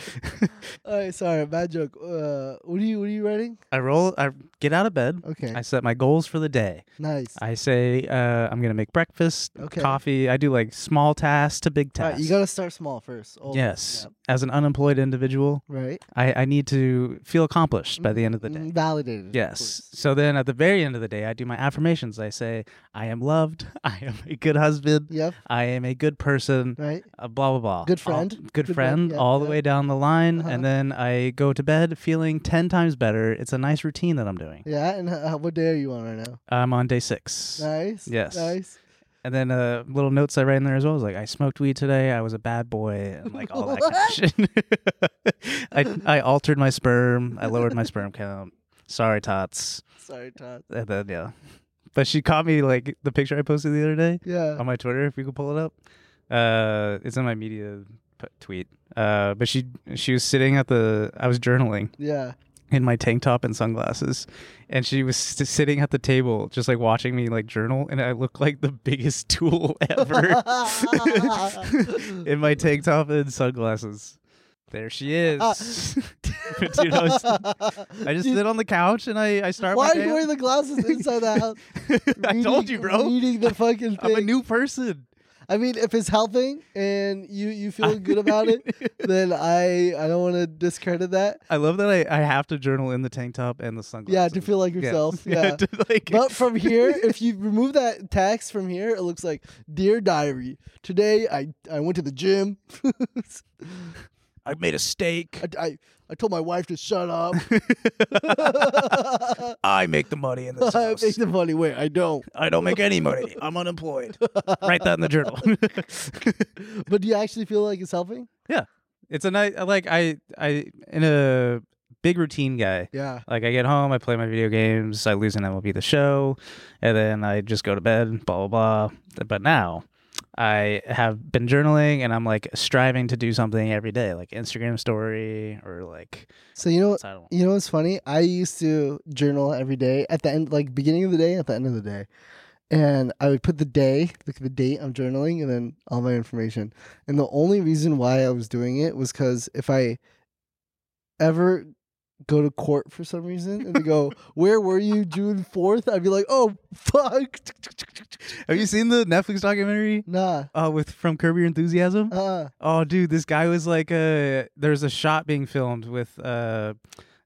[SPEAKER 1] All right, sorry, bad joke. Uh, what are you what are you writing?
[SPEAKER 2] I roll. I get out of bed.
[SPEAKER 1] Okay,
[SPEAKER 2] I set my goals for the day.
[SPEAKER 1] nice.
[SPEAKER 2] I say uh, I'm gonna make breakfast,
[SPEAKER 1] Okay.
[SPEAKER 2] coffee. I do like small tasks to big
[SPEAKER 1] All
[SPEAKER 2] tasks.
[SPEAKER 1] right, you gotta start small first. Always.
[SPEAKER 2] yes,
[SPEAKER 1] Yep.
[SPEAKER 2] as an unemployed individual,
[SPEAKER 1] Right.
[SPEAKER 2] I, I need to feel accomplished by the end of the day.
[SPEAKER 1] Mm, Validated. of
[SPEAKER 2] Yes.
[SPEAKER 1] course.
[SPEAKER 2] So then at the very end of the day, I do my affirmations. I say, I am loved. [LAUGHS] I am a good husband.
[SPEAKER 1] Yep.
[SPEAKER 2] I am a good person.
[SPEAKER 1] Right.
[SPEAKER 2] Uh, blah, blah, blah.
[SPEAKER 1] Good
[SPEAKER 2] All-
[SPEAKER 1] friend.
[SPEAKER 2] good,
[SPEAKER 1] Good friend,
[SPEAKER 2] friend.
[SPEAKER 1] yeah,
[SPEAKER 2] all the
[SPEAKER 1] yeah.
[SPEAKER 2] way down the line.
[SPEAKER 1] Uh-huh.
[SPEAKER 2] And then I go to bed feeling 10 times better. It's a nice routine that I'm doing. doing.
[SPEAKER 1] Yeah, and uh, what day are you on right now?
[SPEAKER 2] I'm on day six.
[SPEAKER 1] Nice.
[SPEAKER 2] Yes.
[SPEAKER 1] Nice.
[SPEAKER 2] And then uh, little notes I write in there as well is like, I smoked weed today. I was a bad boy, and like all that kind of shit. [LAUGHS] I I altered my sperm. I lowered my sperm count. Sorry, tots.
[SPEAKER 1] Sorry, Todd.
[SPEAKER 2] And then yeah, but she caught me like the picture I posted the other day
[SPEAKER 1] Yeah.
[SPEAKER 2] [LAUGHS] on my Twitter. If you could pull it up, uh, it's in my media p- tweet. Uh, but she she was sitting at the. I was journaling [LAUGHS]
[SPEAKER 1] Yeah. [LAUGHS]
[SPEAKER 2] in my tank top and sunglasses and she was st- sitting at the table just like watching me like journal and i looked like the biggest [LAUGHS] tool
[SPEAKER 1] [LAUGHS]
[SPEAKER 2] ever in my tank top and sunglasses there she is [LAUGHS] Dude,
[SPEAKER 1] [LAUGHS]
[SPEAKER 2] I, was- I just
[SPEAKER 1] Uh, You-
[SPEAKER 2] sit on the couch and i i start
[SPEAKER 1] Why
[SPEAKER 2] my
[SPEAKER 1] are you
[SPEAKER 2] day
[SPEAKER 1] wearing the glasses inside the house?
[SPEAKER 2] out. [LAUGHS] i
[SPEAKER 1] Reading-
[SPEAKER 2] told you bro
[SPEAKER 1] Reading the fucking thing.
[SPEAKER 2] i'm a new person
[SPEAKER 1] I mean, if it's helping and you you
[SPEAKER 2] [LAUGHS]
[SPEAKER 1] feel good about it, then I I don't want to discredit that.
[SPEAKER 2] i love that i i have to journal in the tank top and the sunglasses
[SPEAKER 1] Yeah, to feel like
[SPEAKER 2] [LAUGHS] Yeah.
[SPEAKER 1] yourself. Yeah.
[SPEAKER 2] to, like- [LAUGHS]
[SPEAKER 1] But from here, if you remove that text from here, it looks like Dear Diary. Today I, I went to the gym. [LAUGHS]
[SPEAKER 2] i made a steak
[SPEAKER 1] I, I, I told my wife to shut up. [LAUGHS]
[SPEAKER 2] i make the money in this
[SPEAKER 1] [LAUGHS] I
[SPEAKER 2] house.
[SPEAKER 1] make the money. Wait, I don't.
[SPEAKER 2] I don't make
[SPEAKER 1] [LAUGHS]
[SPEAKER 2] any money. I'm unemployed. Write that in the journal. [LAUGHS]
[SPEAKER 1] But do you actually feel like it's helping?
[SPEAKER 2] it's a night like I I in a big routine guy.
[SPEAKER 1] Yeah.
[SPEAKER 2] Like I get home, I play my video games, I lose an MLB the show, and then I just go to bed, blah blah blah. But now I have been journaling and I'm like striving to do something every day, like Instagram story or like
[SPEAKER 1] So you know what?
[SPEAKER 2] I don't
[SPEAKER 1] You know what's funny? I used to journal every day at the end, like beginning of the day, at the end of the day, and I would put the day, like the date I'm journaling, and then all my information. And the only reason why I was doing it was because if I ever go to court for some reason and they
[SPEAKER 2] [LAUGHS]
[SPEAKER 1] go, "Where were you June 4th? I'd be like, "Oh fuck,
[SPEAKER 2] Have you seen the Netflix documentary?
[SPEAKER 1] nah."
[SPEAKER 2] Uh, with from Curb Your Enthusiasm?
[SPEAKER 1] Uh,
[SPEAKER 2] Oh, dude, this guy was like, uh, there's a shot being filmed with uh,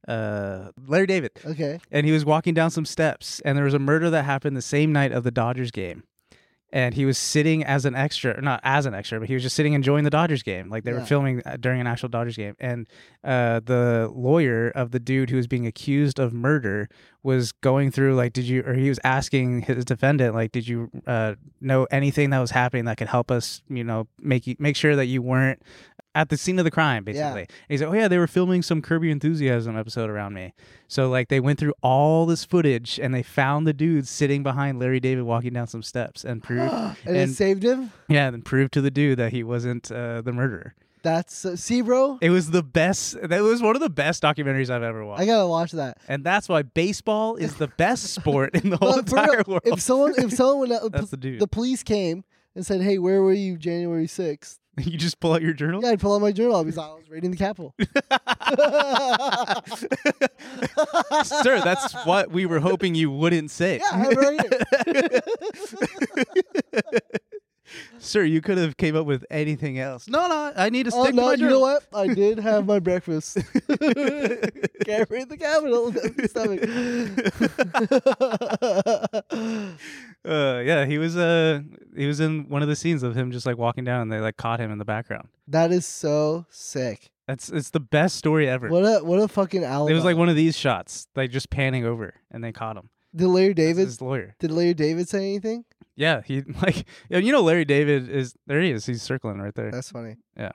[SPEAKER 2] uh, Larry David,
[SPEAKER 1] okay.
[SPEAKER 2] and he was walking down some steps, and there was a murder that happened the same night of the Dodgers game. And he was sitting as an extra, or not as an extra, but he was just sitting enjoying the Dodgers game. Like they
[SPEAKER 1] Yeah.
[SPEAKER 2] were filming uh, during an actual Dodgers game. And uh, the lawyer of the dude who was being accused of murder was going through, like, did you, or he was asking his defendant, like, did you uh, know anything that was happening that could help us, you know, make you, make sure that you weren't at the scene of the crime, basically. And he's like, oh yeah, they were filming some Curb Your Enthusiasm episode around me. So like they went through all this footage and they found the dude sitting behind Larry David walking down some steps and proved,
[SPEAKER 1] [GASPS] and, it
[SPEAKER 2] And-
[SPEAKER 1] saved him.
[SPEAKER 2] yeah, and proved to the dude that he wasn't uh, the murderer.
[SPEAKER 1] That's uh, see, bro.
[SPEAKER 2] It was the best. That was one of the best documentaries I've ever watched.
[SPEAKER 1] I gotta watch that.
[SPEAKER 2] and that's why baseball is the best sport in
[SPEAKER 1] [LAUGHS]
[SPEAKER 2] the whole
[SPEAKER 1] But for real,
[SPEAKER 2] entire world.
[SPEAKER 1] If someone, if
[SPEAKER 2] [LAUGHS]
[SPEAKER 1] someone, uh,
[SPEAKER 2] that's the dude.
[SPEAKER 1] the police came and said, "Hey, where were you January 6th?
[SPEAKER 2] you just pull out your journal.
[SPEAKER 1] Yeah, I'd pull out my journal. I'd be like, "I was raiding the Capitol."
[SPEAKER 2] [LAUGHS] [LAUGHS] Sir, that's what we were hoping you wouldn't say.
[SPEAKER 1] yeah, I'm
[SPEAKER 2] [LAUGHS]
[SPEAKER 1] raiding.
[SPEAKER 2] Sir, you could have came up with anything else. No, no, I need to
[SPEAKER 1] Oh
[SPEAKER 2] stick to
[SPEAKER 1] no,
[SPEAKER 2] my
[SPEAKER 1] you know
[SPEAKER 2] journal.
[SPEAKER 1] what? I did have my
[SPEAKER 2] [LAUGHS]
[SPEAKER 1] breakfast. Can't raid the Capitol. [LAUGHS] That's my stomach.
[SPEAKER 2] [LAUGHS] uh, yeah, he was uh he was in one of the scenes of him just like walking down and they like caught him in the background.
[SPEAKER 1] that is so sick.
[SPEAKER 2] That's it's the best story ever.
[SPEAKER 1] What a what a fucking album.
[SPEAKER 2] It was like one of these shots, like just panning over and they caught him.
[SPEAKER 1] did Larry
[SPEAKER 2] That's
[SPEAKER 1] David
[SPEAKER 2] his lawyer.
[SPEAKER 1] did Larry David say anything?
[SPEAKER 2] Yeah, he [LAUGHS] like yeah, you know Larry David is there he is, he's circling right there.
[SPEAKER 1] That's funny.
[SPEAKER 2] uh,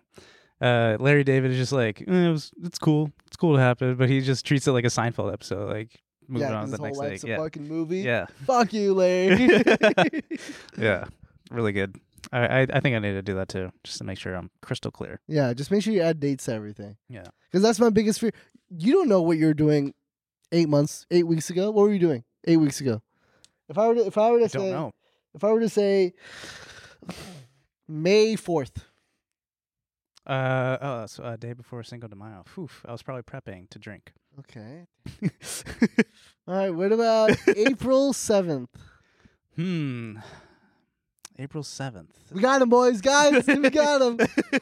[SPEAKER 2] Larry David is just like, eh, it was, it's cool, it's cool to happen, but he just treats it like a Seinfeld episode, like moving
[SPEAKER 1] yeah,
[SPEAKER 2] on to
[SPEAKER 1] this
[SPEAKER 2] the
[SPEAKER 1] whole
[SPEAKER 2] next
[SPEAKER 1] life's
[SPEAKER 2] thing.
[SPEAKER 1] a
[SPEAKER 2] Yeah,
[SPEAKER 1] fucking movie. [LAUGHS]
[SPEAKER 2] yeah,
[SPEAKER 1] Fuck you, Larry.
[SPEAKER 2] [LAUGHS]
[SPEAKER 1] [LAUGHS]
[SPEAKER 2] yeah, really good. I, I, I think I need to do that too, just to make sure I'm crystal clear.
[SPEAKER 1] Yeah, just make sure you add dates to everything.
[SPEAKER 2] Yeah.
[SPEAKER 1] Because that's my biggest fear. You don't know what you're doing eight months, eight weeks ago. What were you doing eight weeks ago? If I were to, if I were to
[SPEAKER 2] I don't
[SPEAKER 1] say,
[SPEAKER 2] know.
[SPEAKER 1] if I were to say May 4th,
[SPEAKER 2] Uh, oh, that's uh, day before Cinco de Mayo. Oof, I was probably prepping to drink. [LAUGHS]
[SPEAKER 1] okay. All right, what
[SPEAKER 2] [LAUGHS]
[SPEAKER 1] about April 7th?
[SPEAKER 2] hmm, April seventh.
[SPEAKER 1] [LAUGHS]
[SPEAKER 2] [LAUGHS]
[SPEAKER 1] We got him, boys. Guys, we got him.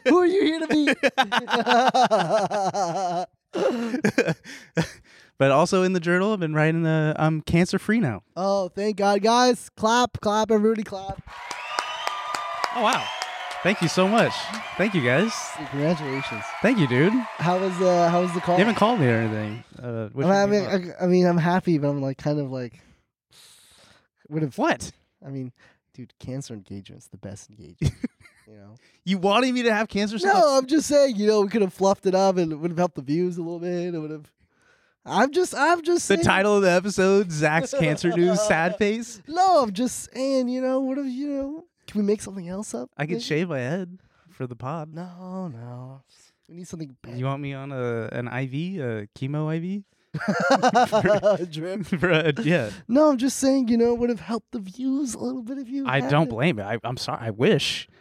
[SPEAKER 1] Who are you here to [LAUGHS] meet?
[SPEAKER 2] but also in the journal, I've been writing the I'm cancer free now.
[SPEAKER 1] oh, thank God, guys. Clap, clap, everybody clap.
[SPEAKER 2] Oh wow. Thank you so much. Thank you guys.
[SPEAKER 1] Congratulations.
[SPEAKER 2] Thank you, dude. You
[SPEAKER 1] How was uh how was the call?
[SPEAKER 2] haven't called me or anything. Uh, wish
[SPEAKER 1] I'm, I
[SPEAKER 2] me
[SPEAKER 1] mean,
[SPEAKER 2] luck.
[SPEAKER 1] I, I mean, I'm happy, but I'm like kind of like would have.
[SPEAKER 2] what?
[SPEAKER 1] I mean, dude, cancer engagement's the best [LAUGHS] engagement. you know.
[SPEAKER 2] You wanted me to have cancer? cells?
[SPEAKER 1] No, I'm just saying. You know, we could have fluffed it up, and it would have helped the views a little bit. It would have. I'm just. I'm just.
[SPEAKER 2] The
[SPEAKER 1] saying-
[SPEAKER 2] title of the episode: Zach's cancer [LAUGHS] news. Sad face.
[SPEAKER 1] No, I'm just saying. You know, what if you know? Can we make something else up?
[SPEAKER 2] I could
[SPEAKER 1] maybe?
[SPEAKER 2] shave my head for the pod.
[SPEAKER 1] No, no. We need [LAUGHS] something
[SPEAKER 2] You want me on a an IV, a chemo [LAUGHS] IV?
[SPEAKER 1] better. [LAUGHS] Drip.
[SPEAKER 2] For a- yeah,
[SPEAKER 1] No, I'm just saying. You know, it would have helped the views a little bit if you.
[SPEAKER 2] I
[SPEAKER 1] had
[SPEAKER 2] don't
[SPEAKER 1] it.
[SPEAKER 2] blame it. I, I'm sorry. I wish.
[SPEAKER 1] [LAUGHS]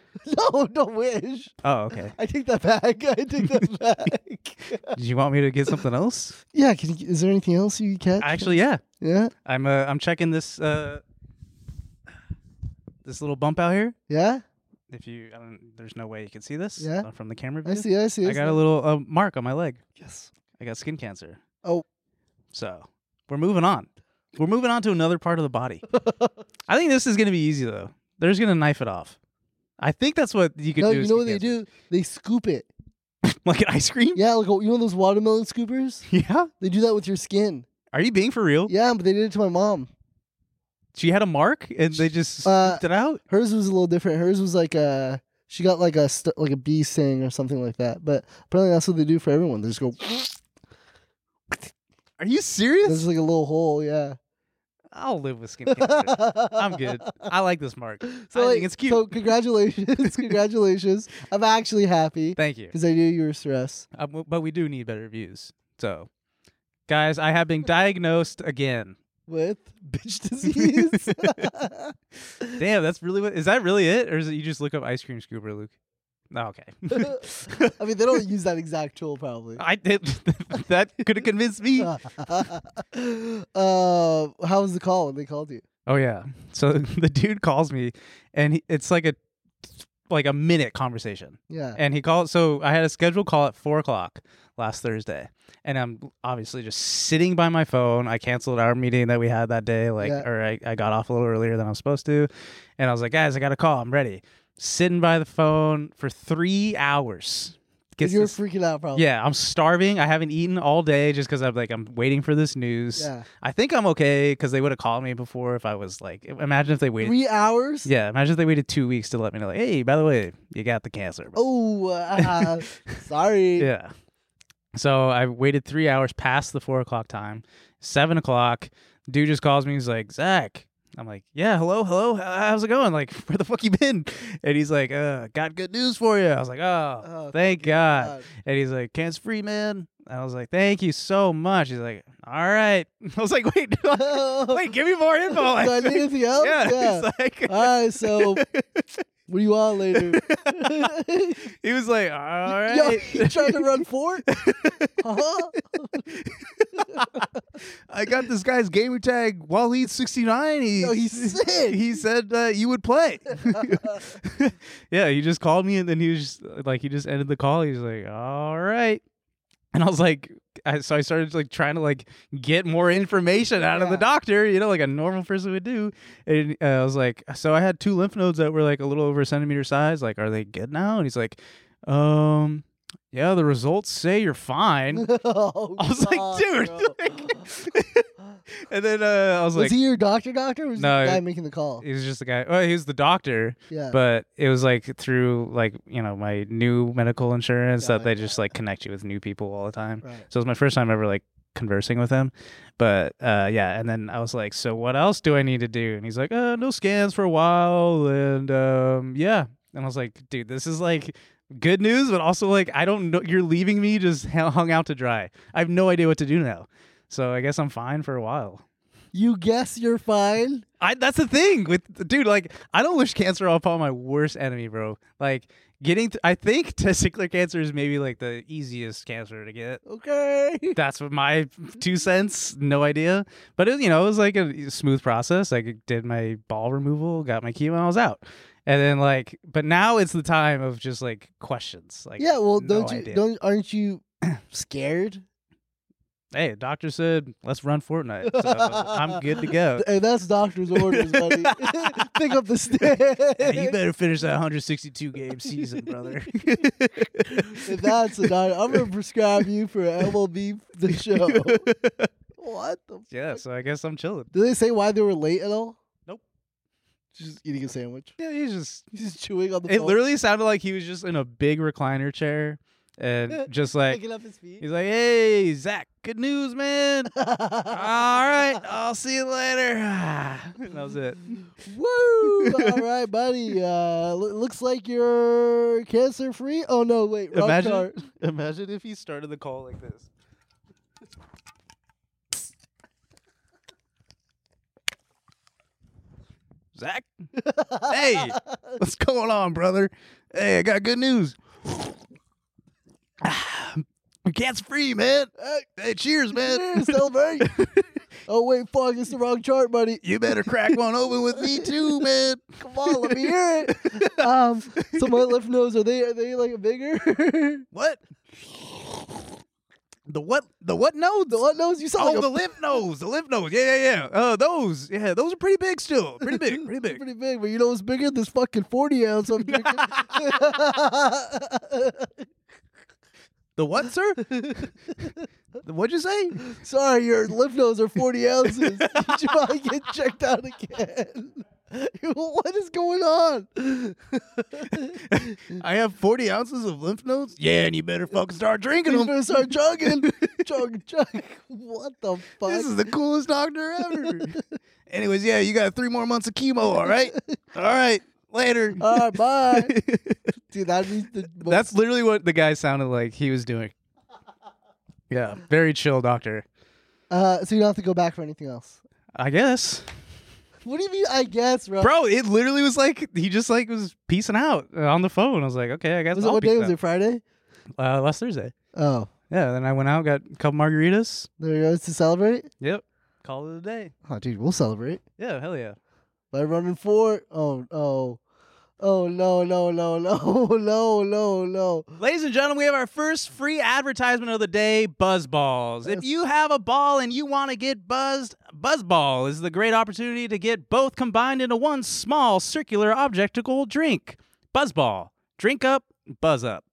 [SPEAKER 1] No, don't wish.
[SPEAKER 2] Oh, okay.
[SPEAKER 1] I take that back. [LAUGHS] I take that back.
[SPEAKER 2] Do you want me to get something else?
[SPEAKER 1] [LAUGHS] yeah, can you, is there anything else you catch?
[SPEAKER 2] Actually, yeah.
[SPEAKER 1] yeah,
[SPEAKER 2] I'm uh, I'm checking this uh this little bump out here.
[SPEAKER 1] yeah.
[SPEAKER 2] If you, I don't, there's no way you can see this.
[SPEAKER 1] Yeah.
[SPEAKER 2] uh, from the camera view.
[SPEAKER 1] I see. I see.
[SPEAKER 2] I got a little uh, mark on my leg.
[SPEAKER 1] Yes.
[SPEAKER 2] I got skin cancer.
[SPEAKER 1] Oh.
[SPEAKER 2] So we're moving on. We're moving on to another part of the
[SPEAKER 1] [LAUGHS]
[SPEAKER 2] body. I think this is gonna be easy though. They're just gonna knife it off. I think that's what you could
[SPEAKER 1] No,
[SPEAKER 2] do.
[SPEAKER 1] you
[SPEAKER 2] with
[SPEAKER 1] know what
[SPEAKER 2] skin
[SPEAKER 1] they
[SPEAKER 2] cancer.
[SPEAKER 1] do? They scoop it.
[SPEAKER 2] [LAUGHS] Like an ice cream?
[SPEAKER 1] Yeah, like oh, you know those watermelon scoopers?
[SPEAKER 2] Yeah.
[SPEAKER 1] They do that with your skin.
[SPEAKER 2] Are you being for real?
[SPEAKER 1] Yeah, but they did it to my mom.
[SPEAKER 2] She had a mark and they just
[SPEAKER 1] Uh,
[SPEAKER 2] scooped it out.
[SPEAKER 1] Hers was a little different. Hers was like a she got like a st- like a bee sting or something like that. But apparently that's what they do for everyone. They just [LAUGHS] go.
[SPEAKER 2] Are you serious?
[SPEAKER 1] There's like a little hole. Yeah.
[SPEAKER 2] I'll live with skin cancer.
[SPEAKER 1] [LAUGHS]
[SPEAKER 2] I'm good. I like this mark. I
[SPEAKER 1] So like,
[SPEAKER 2] think it's cute.
[SPEAKER 1] So congratulations, [LAUGHS] congratulations. I'm actually happy
[SPEAKER 2] Thank you.
[SPEAKER 1] because I knew you were stressed.
[SPEAKER 2] Uh, w- but we do need better views. So, guys, I have been diagnosed again.
[SPEAKER 1] with [LAUGHS] bitch
[SPEAKER 2] [LAUGHS]
[SPEAKER 1] disease.
[SPEAKER 2] Damn, that's really what is that really it, or is it you just look up ice cream scooper, Luke? No,
[SPEAKER 1] [LAUGHS]
[SPEAKER 2] okay. [LAUGHS]
[SPEAKER 1] I mean, they don't use that exact tool, probably. [LAUGHS]
[SPEAKER 2] I did. [LAUGHS] that could have convinced me.
[SPEAKER 1] uh, Um, how was the call when they called you?
[SPEAKER 2] Oh yeah. So [LAUGHS] the dude calls me, and he, it's like a like a minute conversation.
[SPEAKER 1] Yeah.
[SPEAKER 2] And he called. So I had a scheduled call at four o'clock last Thursday, and I'm obviously just sitting by my phone. I canceled our meeting that we had that day, like,
[SPEAKER 1] Yeah.
[SPEAKER 2] or I, I got off a little earlier than I was supposed to, and I was like, guys, I got a call. I'm ready. Sitting by the phone for three hours. Gets
[SPEAKER 1] you were
[SPEAKER 2] this-
[SPEAKER 1] freaking out, probably.
[SPEAKER 2] yeah, I'm starving. I haven't eaten all day just because I'm like I'm waiting for this news.
[SPEAKER 1] Yeah.
[SPEAKER 2] I think I'm okay because they would have called me before if I was like, imagine if they waited.
[SPEAKER 1] Three hours?
[SPEAKER 2] yeah, imagine if they waited two weeks to let me know. Like, hey, by the way, you got the cancer. bro."
[SPEAKER 1] Oh,
[SPEAKER 2] [LAUGHS]
[SPEAKER 1] uh, sorry.
[SPEAKER 2] Yeah. So I waited three hours past the four o'clock time. Seven o'clock, dude just calls me. He's like, Zach. I'm like, yeah, hello, hello. h- How's it going? Like, [LAUGHS] where the fuck you been? And he's like, uh, got good news for you. I was like, oh,
[SPEAKER 1] Oh,
[SPEAKER 2] thank God.
[SPEAKER 1] God.
[SPEAKER 2] And he's like, cancer free, man. And I was like, thank you so much. He's like, all right. [LAUGHS] I was like, wait,
[SPEAKER 1] [LAUGHS]
[SPEAKER 2] wait, give me more info.
[SPEAKER 1] Do
[SPEAKER 2] [LAUGHS]
[SPEAKER 1] I need anything else?
[SPEAKER 2] yeah. He's [LAUGHS] like,
[SPEAKER 1] All right, so what do you want
[SPEAKER 2] [LAUGHS]
[SPEAKER 1] later? [LAUGHS]
[SPEAKER 2] he was like, all right.
[SPEAKER 1] Yo, you trying to run
[SPEAKER 2] [LAUGHS]
[SPEAKER 1] fort? huh?
[SPEAKER 2] I got this guy's gamer tag while he's 69. He,
[SPEAKER 1] Yo,
[SPEAKER 2] [LAUGHS]
[SPEAKER 1] he's sick.
[SPEAKER 2] He said uh, you
[SPEAKER 1] [LAUGHS]
[SPEAKER 2] would play. yeah, he just called me and then he was just, uh, like, he just ended the call. He was like, all right. And I was like, I, so I started like trying to like get more information out of the
[SPEAKER 1] Yeah.
[SPEAKER 2] doctor, you know, like a normal person would do. And uh, I was like, so I had two lymph nodes that were like a little over a centimeter size. Like, are they good now? And he's like, um, yeah, the results say you're [LAUGHS] fine.
[SPEAKER 1] [LAUGHS] Oh,
[SPEAKER 2] I was
[SPEAKER 1] God,
[SPEAKER 2] like, dude.
[SPEAKER 1] bro.
[SPEAKER 2] [LAUGHS] like- [LAUGHS] and then uh, I was,
[SPEAKER 1] was
[SPEAKER 2] like,
[SPEAKER 1] he your doctor? Doctor? Or was
[SPEAKER 2] No,
[SPEAKER 1] no, the guy
[SPEAKER 2] it-
[SPEAKER 1] making the call?
[SPEAKER 2] he was just the guy. Well, he was the doctor,
[SPEAKER 1] Yeah.
[SPEAKER 2] [LAUGHS] but it was like through like you know my new medical insurance
[SPEAKER 1] Yeah,
[SPEAKER 2] that they
[SPEAKER 1] yeah,
[SPEAKER 2] just like connect you with new people all the time.
[SPEAKER 1] right.
[SPEAKER 2] So it was my first time ever like conversing with him. But uh, yeah, and then I was like, so what else do I need to do? And he's like, uh, no scans for a while, and um, yeah. And I was like, dude, this is like good news, but also like I don't know. You're leaving me just [LAUGHS] h- hung out to dry. I have no idea what to do now. So I guess I'm fine for a while.
[SPEAKER 1] You guess you're fine.
[SPEAKER 2] I that's the thing with dude. Like I don't wish cancer upon my worst enemy, bro. Like getting, th- I think [LAUGHS] testicular cancer is maybe like the easiest cancer to get.
[SPEAKER 1] Okay.
[SPEAKER 2] That's what my two cents. No idea, but it, you know, it was like a smooth process. I did my ball removal, got my chemo, and I was out. And then like, but now it's the time of just like questions. Like,
[SPEAKER 1] yeah. Well,
[SPEAKER 2] no [CLEARS THROAT]
[SPEAKER 1] don't you?
[SPEAKER 2] idea.
[SPEAKER 1] Don't aren't you scared?
[SPEAKER 2] hey, doctor said let's run Fortnite, so I'm good
[SPEAKER 1] [LAUGHS]
[SPEAKER 2] to go.
[SPEAKER 1] Hey, that's doctor's orders,
[SPEAKER 2] [LAUGHS]
[SPEAKER 1] buddy. [LAUGHS] Pick up the
[SPEAKER 2] Hey,
[SPEAKER 1] [LAUGHS]
[SPEAKER 2] you
[SPEAKER 1] stick.
[SPEAKER 2] better finish that 162 game season,
[SPEAKER 1] [LAUGHS]
[SPEAKER 2] brother.
[SPEAKER 1] If that's a doctor, I'm
[SPEAKER 2] [LAUGHS]
[SPEAKER 1] gonna prescribe you for MLB the show. what the?
[SPEAKER 2] yeah, so I guess I'm chilling.
[SPEAKER 1] Did they say why they were late at all?
[SPEAKER 2] Nope.
[SPEAKER 1] Just eating a sandwich.
[SPEAKER 2] Yeah, he's just
[SPEAKER 1] He's just chewing on the.
[SPEAKER 2] It
[SPEAKER 1] phone,
[SPEAKER 2] literally sounded like he was just in a big recliner chair and just like
[SPEAKER 1] picking up his feet.
[SPEAKER 2] he's like, "Hey, Zach, good news, man.
[SPEAKER 1] [LAUGHS]
[SPEAKER 2] All right, I'll see you later." [SIGHS] And [LAUGHS] that was it. [LAUGHS]
[SPEAKER 1] Woo! All right, buddy. Uh, lo- looks like you're cancer free. Oh no, wait. wrong
[SPEAKER 2] Imagine, [LAUGHS]
[SPEAKER 1] card.
[SPEAKER 2] imagine if he started the call like this. Zach, hey, what's going on, brother? Hey, I got good news. [SIGHS] Ah, I'm cancer free, man. Hey, cheers, man.
[SPEAKER 1] Cheers, celebrate. oh wait, fuck! It's the wrong chart, buddy.
[SPEAKER 2] [LAUGHS] You better crack one open with me too, man.
[SPEAKER 1] Come on, let me hear
[SPEAKER 2] [LAUGHS]
[SPEAKER 1] it. Um, so my lymph nodes are they are they like bigger? [LAUGHS]
[SPEAKER 2] What? The what? The what nodes?
[SPEAKER 1] the what nodes you sound
[SPEAKER 2] oh,
[SPEAKER 1] like [LAUGHS]
[SPEAKER 2] the
[SPEAKER 1] a
[SPEAKER 2] lymph nodes. The lymph nodes. Yeah, yeah, yeah. Uh, those. Yeah, those are pretty big still. Pretty big. Pretty big.
[SPEAKER 1] pretty big, but you know what's bigger? than This fucking forty ounce I'm drinking.
[SPEAKER 2] [LAUGHS]
[SPEAKER 1] [LAUGHS]
[SPEAKER 2] The what, sir? the, what'd you say?
[SPEAKER 1] Sorry, your lymph nodes are forty ounces. [LAUGHS] you should probably get checked out again. [LAUGHS] what is going
[SPEAKER 2] [LAUGHS]
[SPEAKER 1] on?
[SPEAKER 2] I have 40 ounces of lymph nodes? Yeah, and you better fucking start drinking
[SPEAKER 1] You
[SPEAKER 2] them.
[SPEAKER 1] better start
[SPEAKER 2] [LAUGHS]
[SPEAKER 1] chugging, chug, chug. What the fuck?
[SPEAKER 2] This is [LAUGHS] the coolest doctor [LAUGHS] ever. Anyways, yeah, you got three more months of chemo, all right? All right. [LAUGHS] Later.
[SPEAKER 1] All right, bye, dude. That means the most
[SPEAKER 2] [LAUGHS] That's literally what the guy sounded like he was doing. Yeah, very chill doctor.
[SPEAKER 1] Uh, so you don't have to go back for anything else.
[SPEAKER 2] I guess.
[SPEAKER 1] What do you mean? I guess, bro.
[SPEAKER 2] Bro, it literally was like he just like was peacing out uh, on the phone. I was like, okay, I guess.
[SPEAKER 1] was it
[SPEAKER 2] I'll
[SPEAKER 1] what day
[SPEAKER 2] peace
[SPEAKER 1] was it? Friday?
[SPEAKER 2] out. Uh, last Thursday.
[SPEAKER 1] Oh,
[SPEAKER 2] Yeah, then I went out, got a couple margaritas.
[SPEAKER 1] there you go. It's to celebrate.
[SPEAKER 2] Yep. Call it a day.
[SPEAKER 1] Oh, dude, we'll celebrate
[SPEAKER 2] Yeah, hell yeah.
[SPEAKER 1] by running four. Oh, oh, oh no, no, no, [LAUGHS] no, no, no, no.
[SPEAKER 2] Ladies and gentlemen, we have our first free advertisement of the day, Buzzballs. If
[SPEAKER 1] Yes.
[SPEAKER 2] you have a ball and you want to get buzzed, Buzzball is the great opportunity to get both combined into one small circular objectical drink. Buzzball. Drink up, buzz up.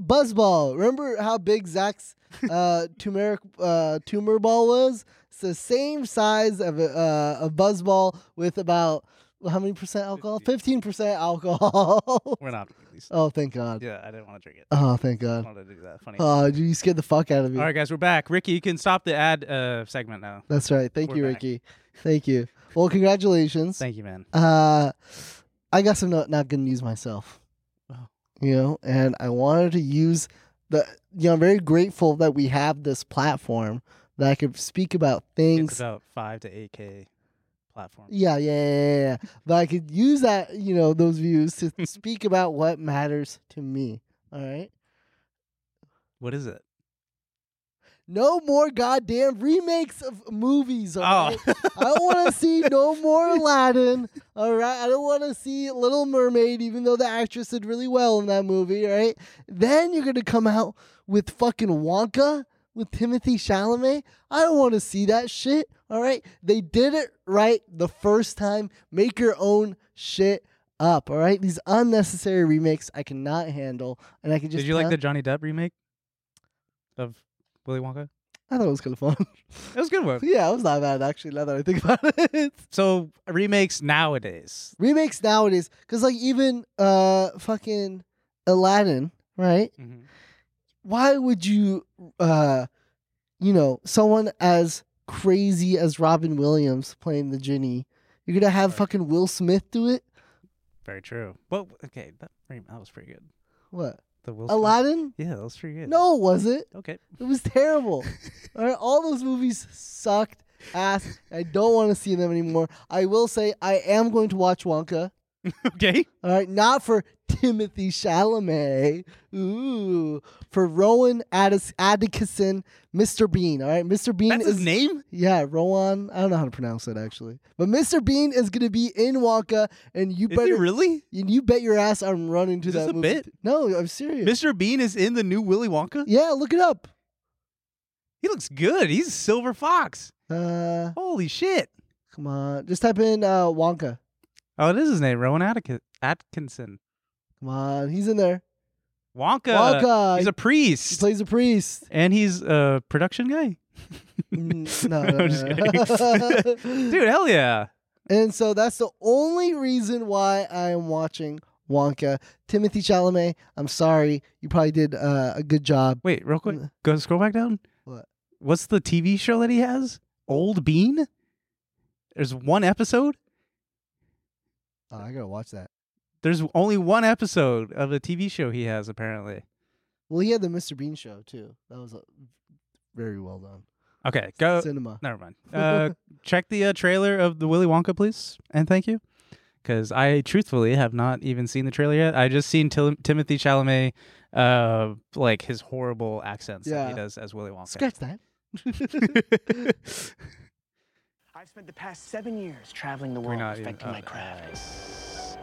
[SPEAKER 1] Buzzball. Remember how big Zach's
[SPEAKER 2] [LAUGHS]
[SPEAKER 1] uh, turmeric uh, tumor ball was? It's the same size of a, uh, a buzzball with about well, how many percent alcohol? Fifteen percent alcohol. [LAUGHS]
[SPEAKER 2] We're not at least.
[SPEAKER 1] oh, thank God.
[SPEAKER 2] Yeah, I didn't want to drink it.
[SPEAKER 1] Oh, thank
[SPEAKER 2] I
[SPEAKER 1] God.
[SPEAKER 2] wanted to do that. Funny.
[SPEAKER 1] Oh, dude, you scared the fuck out of me.
[SPEAKER 2] All right, guys, we're back. Ricky, you can stop the ad uh, segment now.
[SPEAKER 1] That's right. Thank
[SPEAKER 2] We're
[SPEAKER 1] you,
[SPEAKER 2] back.
[SPEAKER 1] Ricky. Thank you. Well, congratulations.
[SPEAKER 2] Thank you, man.
[SPEAKER 1] uh, I got some not, not good news myself.
[SPEAKER 2] Wow.
[SPEAKER 1] You know, and I wanted to use the. You know, I'm very grateful that we have this platform that I could speak about
[SPEAKER 2] It's
[SPEAKER 1] things.
[SPEAKER 2] about five to eight k platform.
[SPEAKER 1] Yeah, yeah, yeah, yeah, yeah. But I could use that, you know, those views
[SPEAKER 2] [LAUGHS]
[SPEAKER 1] to speak about what matters to me. All right.
[SPEAKER 2] What is it?
[SPEAKER 1] No more goddamn remakes of movies. All [LAUGHS]
[SPEAKER 2] Oh.
[SPEAKER 1] right? I don't
[SPEAKER 2] [LAUGHS]
[SPEAKER 1] want to see no more Aladdin. All right. I don't want to see Little Mermaid, even though the actress did really well in that movie. all Right. Then you're going to come out with fucking Wonka with Timothy Chalamet. I don't want to see that shit. All right. They did it right the first time. Make your own shit up. All right. These unnecessary remakes I cannot handle. And I can just.
[SPEAKER 2] Did you like
[SPEAKER 1] tell-
[SPEAKER 2] the Johnny Depp remake of Willy Wonka?
[SPEAKER 1] I thought it was kind of fun.
[SPEAKER 2] That was a good one.
[SPEAKER 1] [LAUGHS] Yeah, it was not bad actually. Now that I think about [LAUGHS] it,
[SPEAKER 2] So remakes nowadays.
[SPEAKER 1] remakes nowadays, because like even uh fucking Aladdin, right? Why would you, uh, you know, someone as crazy as Robin Williams playing the genie, you're gonna have
[SPEAKER 2] Right.
[SPEAKER 1] fucking Will Smith do it?
[SPEAKER 2] Very true. Well, okay, that rem- that was pretty good.
[SPEAKER 1] What
[SPEAKER 2] The Will Smith-
[SPEAKER 1] Aladdin?
[SPEAKER 2] Yeah, that was pretty good.
[SPEAKER 1] No, it wasn't.
[SPEAKER 2] Okay. [LAUGHS]
[SPEAKER 1] It was terrible. all, right, all those movies sucked ass. I don't want to see them anymore. I will say I am going to watch Wonka.
[SPEAKER 2] okay.
[SPEAKER 1] All right, not for Timothy Chalamet. Ooh, for Rowan Addis- Atkinson, Mr. Bean. All right, Mr. Bean
[SPEAKER 2] That's
[SPEAKER 1] is
[SPEAKER 2] his name.
[SPEAKER 1] yeah, Rowan. I don't know how to pronounce it actually, but Mr. Bean is gonna be in Wonka, and you
[SPEAKER 2] Is he
[SPEAKER 1] better
[SPEAKER 2] really?
[SPEAKER 1] and you bet your ass I'm running to
[SPEAKER 2] Is
[SPEAKER 1] that
[SPEAKER 2] this a
[SPEAKER 1] movie.
[SPEAKER 2] bit?
[SPEAKER 1] No, I'm serious.
[SPEAKER 2] Mr. Bean is in the new Willy Wonka.
[SPEAKER 1] yeah, look it up.
[SPEAKER 2] He looks good. He's a silver fox.
[SPEAKER 1] Uh,
[SPEAKER 2] Holy shit.
[SPEAKER 1] come on. Just type in uh, Wonka.
[SPEAKER 2] Oh, it is his name, Rowan Attica- Atkinson.
[SPEAKER 1] Come on. He's in there.
[SPEAKER 2] Wonka.
[SPEAKER 1] Wonka.
[SPEAKER 2] He's a
[SPEAKER 1] he
[SPEAKER 2] priest.
[SPEAKER 1] plays a priest.
[SPEAKER 2] [LAUGHS] and he's a
[SPEAKER 1] [LAUGHS]
[SPEAKER 2] production guy. [LAUGHS]
[SPEAKER 1] Mm, no,
[SPEAKER 2] I'm
[SPEAKER 1] [LAUGHS]
[SPEAKER 2] just
[SPEAKER 1] no, no, no.
[SPEAKER 2] [LAUGHS] Dude, hell yeah.
[SPEAKER 1] And so that's the only reason why I am watching Wonka. Timothy Chalamet, I'm sorry. You probably did uh, a good job.
[SPEAKER 2] Wait, real quick.
[SPEAKER 1] Mm.
[SPEAKER 2] Go scroll back down.
[SPEAKER 1] What?
[SPEAKER 2] What's the TV show that he has? Old Bean? There's one episode?
[SPEAKER 1] Oh, I gotta watch that.
[SPEAKER 2] There's only one episode of a TV show he has, apparently.
[SPEAKER 1] Well, he had the Mr. Bean show too. That was uh, very well done.
[SPEAKER 2] Okay, go.
[SPEAKER 1] Cinema. [LAUGHS]
[SPEAKER 2] Never mind. Uh, check the uh, trailer of the Willy Wonka, please, and thank you, because I truthfully have not even seen the trailer yet. I just seen Til- Timothy Chalamet, uh, like his horrible accents that
[SPEAKER 1] Yeah.
[SPEAKER 2] he does as Willy Wonka. [LAUGHS]
[SPEAKER 1] Scratch that.
[SPEAKER 3] I've spent the past seven years traveling the
[SPEAKER 2] We're
[SPEAKER 3] world
[SPEAKER 2] not even-
[SPEAKER 3] perfecting
[SPEAKER 2] oh,
[SPEAKER 3] my craft.
[SPEAKER 2] nice.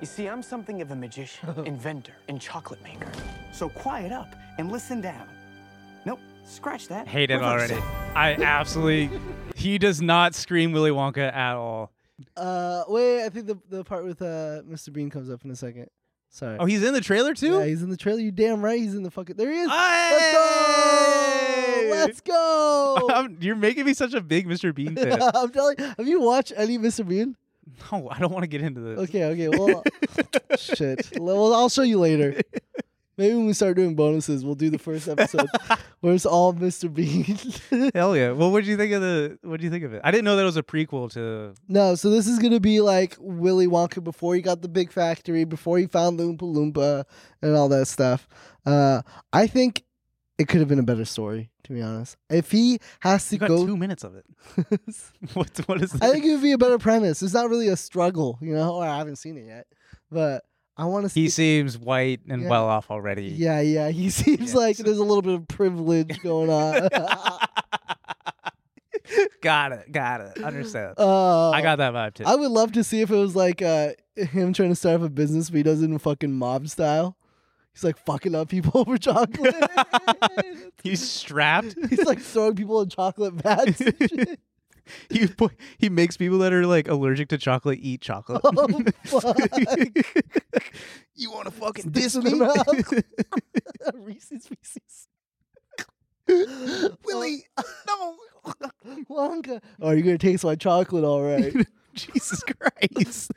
[SPEAKER 3] You see, I'm something of
[SPEAKER 2] [LAUGHS]
[SPEAKER 3] a magician, inventor, and chocolate maker. So quiet up and listen down. Nope, scratch that.
[SPEAKER 2] Hate it
[SPEAKER 3] Reverse
[SPEAKER 2] already. I absolutely. he does not scream Willy Wonka at all.
[SPEAKER 1] Uh, wait, I think the, the part with uh, Mr. Bean comes up in a second. Sorry.
[SPEAKER 2] Oh, he's in the trailer too.
[SPEAKER 1] yeah, he's in the trailer. You damn right. He's in the fucking. There he is.
[SPEAKER 2] Hey!
[SPEAKER 1] Let's
[SPEAKER 2] [LAUGHS]
[SPEAKER 1] go. Let's go.
[SPEAKER 2] I'm- you're making me such a big Mr.
[SPEAKER 1] [LAUGHS]
[SPEAKER 2] Bean fan.
[SPEAKER 1] I'm telling. Have you watched any Mr. Bean?
[SPEAKER 2] [LAUGHS] no, I don't want to get into this.
[SPEAKER 1] Okay, okay. Well, shit. Well, I'll show you later. Maybe when we start doing bonuses, we'll do the first
[SPEAKER 2] [LAUGHS]
[SPEAKER 1] episode where it's all Mr. Bean.
[SPEAKER 2] [LAUGHS]
[SPEAKER 1] [LAUGHS]
[SPEAKER 2] Hell yeah! Well, what did you think of the? What did you think of it? I didn't know that it was a prequel to.
[SPEAKER 1] no, so this is gonna be like Willy Wonka before he got the big factory, before he found Loompa Loompa, and all that stuff. Uh, I think it could have been a better story, to be honest. If he has to
[SPEAKER 2] You got
[SPEAKER 1] go,
[SPEAKER 2] two minutes
[SPEAKER 1] [LAUGHS]
[SPEAKER 2] of it. [LAUGHS] what? What is?
[SPEAKER 1] I
[SPEAKER 2] That?
[SPEAKER 1] think it would be a better premise. It's not really a struggle, you know. Or I haven't seen it yet, but I want to see.
[SPEAKER 2] he seems white and
[SPEAKER 1] Yeah.
[SPEAKER 2] well off already.
[SPEAKER 1] Yeah, yeah. He [LAUGHS] seems
[SPEAKER 2] Yeah.
[SPEAKER 1] like there's a little bit of privilege going on.
[SPEAKER 2] [LAUGHS]
[SPEAKER 1] [LAUGHS]
[SPEAKER 2] got it. Got it. Understand.
[SPEAKER 1] uh,
[SPEAKER 2] I got that vibe too.
[SPEAKER 1] I would love to see if it was like uh, him trying to start up a business, but he does it in fucking mob style. He's like fucking up people [LAUGHS] over
[SPEAKER 2] [LAUGHS]
[SPEAKER 1] chocolate.
[SPEAKER 2] He's
[SPEAKER 1] [LAUGHS]
[SPEAKER 2] strapped. [LAUGHS]
[SPEAKER 1] He's like throwing people in chocolate bags. and shit.
[SPEAKER 2] he pu- he makes people that are like allergic to chocolate eat chocolate.
[SPEAKER 1] Oh, fuck.
[SPEAKER 2] [LAUGHS] you want to fucking
[SPEAKER 1] Spits
[SPEAKER 2] [LAUGHS] diss
[SPEAKER 1] in
[SPEAKER 2] me,
[SPEAKER 1] their
[SPEAKER 2] [LAUGHS]
[SPEAKER 1] Reese's Pieces.
[SPEAKER 2] Willie?
[SPEAKER 1] [LAUGHS]
[SPEAKER 2] No,
[SPEAKER 1] Uh, Wonka. Oh, you're gonna taste my chocolate, all
[SPEAKER 2] [LAUGHS]
[SPEAKER 1] right?
[SPEAKER 2] Jesus Christ.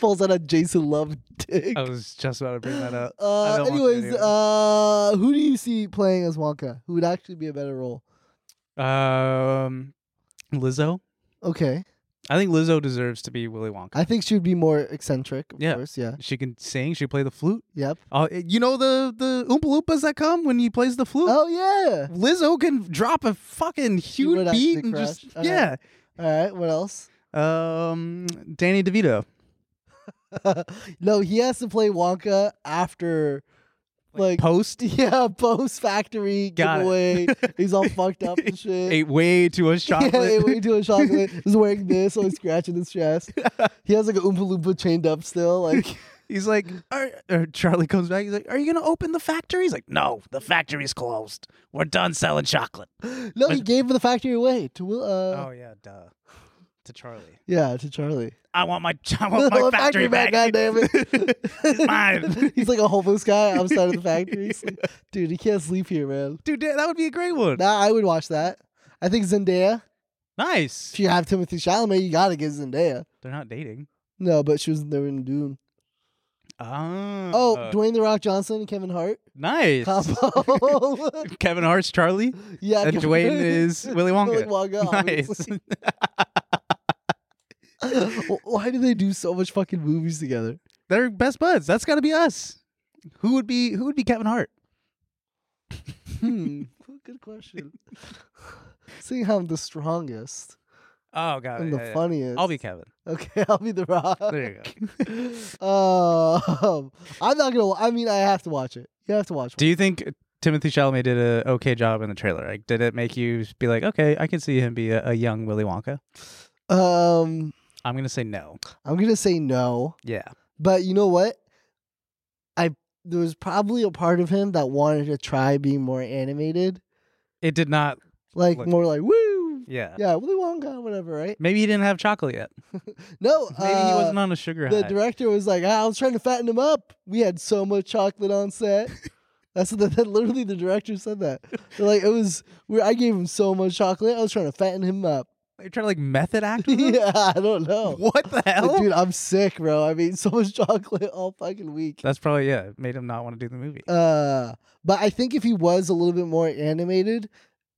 [SPEAKER 1] Falls out of Jason Love dick.
[SPEAKER 2] I was just about to bring that up. Oh, I
[SPEAKER 1] Uh,
[SPEAKER 2] don't want to
[SPEAKER 1] anyways,
[SPEAKER 2] anyway.
[SPEAKER 1] uh, who do you see playing as Wonka? Who would actually be a better role?
[SPEAKER 2] Um, Lizzo.
[SPEAKER 1] Okay,
[SPEAKER 2] I think Lizzo deserves to be Willy Wonka.
[SPEAKER 1] I think she would be more eccentric. Of
[SPEAKER 2] Yeah.
[SPEAKER 1] course, yeah,
[SPEAKER 2] she can sing. She can play the flute.
[SPEAKER 1] yep.
[SPEAKER 2] Uh, you know the the Oompa Loompas that come when he plays the flute.
[SPEAKER 1] Oh yeah.
[SPEAKER 2] Lizzo can drop a fucking
[SPEAKER 1] would
[SPEAKER 2] huge
[SPEAKER 1] actually
[SPEAKER 2] beat and just
[SPEAKER 1] crush. Uh-huh.
[SPEAKER 2] yeah.
[SPEAKER 1] All right. What else? [LAUGHS]
[SPEAKER 2] Um, Danny DeVito.
[SPEAKER 1] no, he has to play Wonka after, like, [LAUGHS]
[SPEAKER 2] Post
[SPEAKER 1] yeah, post factory
[SPEAKER 2] Got
[SPEAKER 1] giveaway.
[SPEAKER 2] it. [LAUGHS]
[SPEAKER 1] He's all fucked up and shit.
[SPEAKER 2] ate way too much chocolate.
[SPEAKER 1] [LAUGHS] Yeah, ate way too much chocolate. He's wearing this, always scratching his chest. He has like a Oompa Loompa chained up still. Like,
[SPEAKER 2] [LAUGHS] [LAUGHS] He's like, are, or Charlie comes back. He's like, "Are you gonna open the factory?" He's like, "No, the factory's closed. We're done
[SPEAKER 1] [LAUGHS]
[SPEAKER 2] selling chocolate."
[SPEAKER 1] no, he gave the factory away to Will. Uh,
[SPEAKER 2] Oh yeah, duh. To Charlie,
[SPEAKER 1] Yeah, to Charlie.
[SPEAKER 2] I want my [LAUGHS]
[SPEAKER 1] [LAUGHS]
[SPEAKER 2] I want
[SPEAKER 1] Oh,
[SPEAKER 2] my factory back.
[SPEAKER 1] God damn [LAUGHS] it.
[SPEAKER 2] It's mine.
[SPEAKER 1] [LAUGHS] He's like a homeless guy outside of the factory. He's like, Dude, he can't sleep here, man.
[SPEAKER 2] [LAUGHS] Dude, that that would be a great one.
[SPEAKER 1] Nah, I would watch that. I think Zendaya.
[SPEAKER 2] Nice.
[SPEAKER 1] If you have Timothy Chalamet, you gotta get Zendaya.
[SPEAKER 2] They're not dating.
[SPEAKER 1] No, but she was never in Dune.
[SPEAKER 2] Ah.
[SPEAKER 1] Oh,
[SPEAKER 2] Uh,
[SPEAKER 1] Dwayne the Rock Johnson and Kevin Hart
[SPEAKER 2] nice. [LAUGHS]
[SPEAKER 1] combo.
[SPEAKER 2] Kevin Hart's Charlie,
[SPEAKER 1] [LAUGHS] yeah,
[SPEAKER 2] and
[SPEAKER 1] Kevin-
[SPEAKER 2] Dwayne
[SPEAKER 1] [LAUGHS]
[SPEAKER 2] is Willy
[SPEAKER 1] Willy
[SPEAKER 2] Wonka.
[SPEAKER 1] Wonka.
[SPEAKER 2] nice.
[SPEAKER 1] obviously. [LAUGHS] Why do they do so much fucking movies together?
[SPEAKER 2] They're best buds. That's got to be us. Who would be Who would be Kevin Hart?
[SPEAKER 1] [LAUGHS] Hmm, good question. [LAUGHS] Seeing how I'm the strongest
[SPEAKER 2] Oh God,
[SPEAKER 1] and
[SPEAKER 2] yeah,
[SPEAKER 1] the
[SPEAKER 2] yeah.
[SPEAKER 1] funniest.
[SPEAKER 2] I'll be Kevin.
[SPEAKER 1] [LAUGHS] Okay, I'll be the rock.
[SPEAKER 2] There you go.
[SPEAKER 1] [LAUGHS] um, [LAUGHS] I'm not gonna. I mean, I have to watch it. You have to watch.
[SPEAKER 2] Do you think Timothy Chalamet did a okay job in the trailer? Like, did it make you be like, okay, I can see him be a, a young Willy Wonka?
[SPEAKER 1] it. Um,
[SPEAKER 2] I'm gonna say no.
[SPEAKER 1] I'm gonna say no,
[SPEAKER 2] Yeah.
[SPEAKER 1] but you know what? I there was probably a part of him that wanted to try being more animated,
[SPEAKER 2] It did not.
[SPEAKER 1] Like
[SPEAKER 2] Look.
[SPEAKER 1] more like woo.
[SPEAKER 2] Yeah.
[SPEAKER 1] Yeah, Willy Wonka, whatever, right?
[SPEAKER 2] Maybe he didn't have chocolate yet.
[SPEAKER 1] No,
[SPEAKER 2] Maybe he
[SPEAKER 1] uh,
[SPEAKER 2] wasn't on a sugar
[SPEAKER 1] the
[SPEAKER 2] high.
[SPEAKER 1] director was like, "Ah, I was trying to fatten him up. We had so much chocolate on set. [LAUGHS] That's what the, that literally the director said that. They're like it was. We, I gave him so much chocolate. I was trying to fatten him up. [LAUGHS]
[SPEAKER 2] You're trying to like method [LAUGHS] act. with him?
[SPEAKER 1] yeah, I don't [LAUGHS] know.
[SPEAKER 2] What the
[SPEAKER 1] Like,
[SPEAKER 2] hell?
[SPEAKER 1] dude, I'm sick, bro. I mean, [LAUGHS] so much chocolate all fucking week.
[SPEAKER 2] That's probably yeah. it Made him not want to do the movie.
[SPEAKER 1] Uh, but I think if he was a little bit more animated,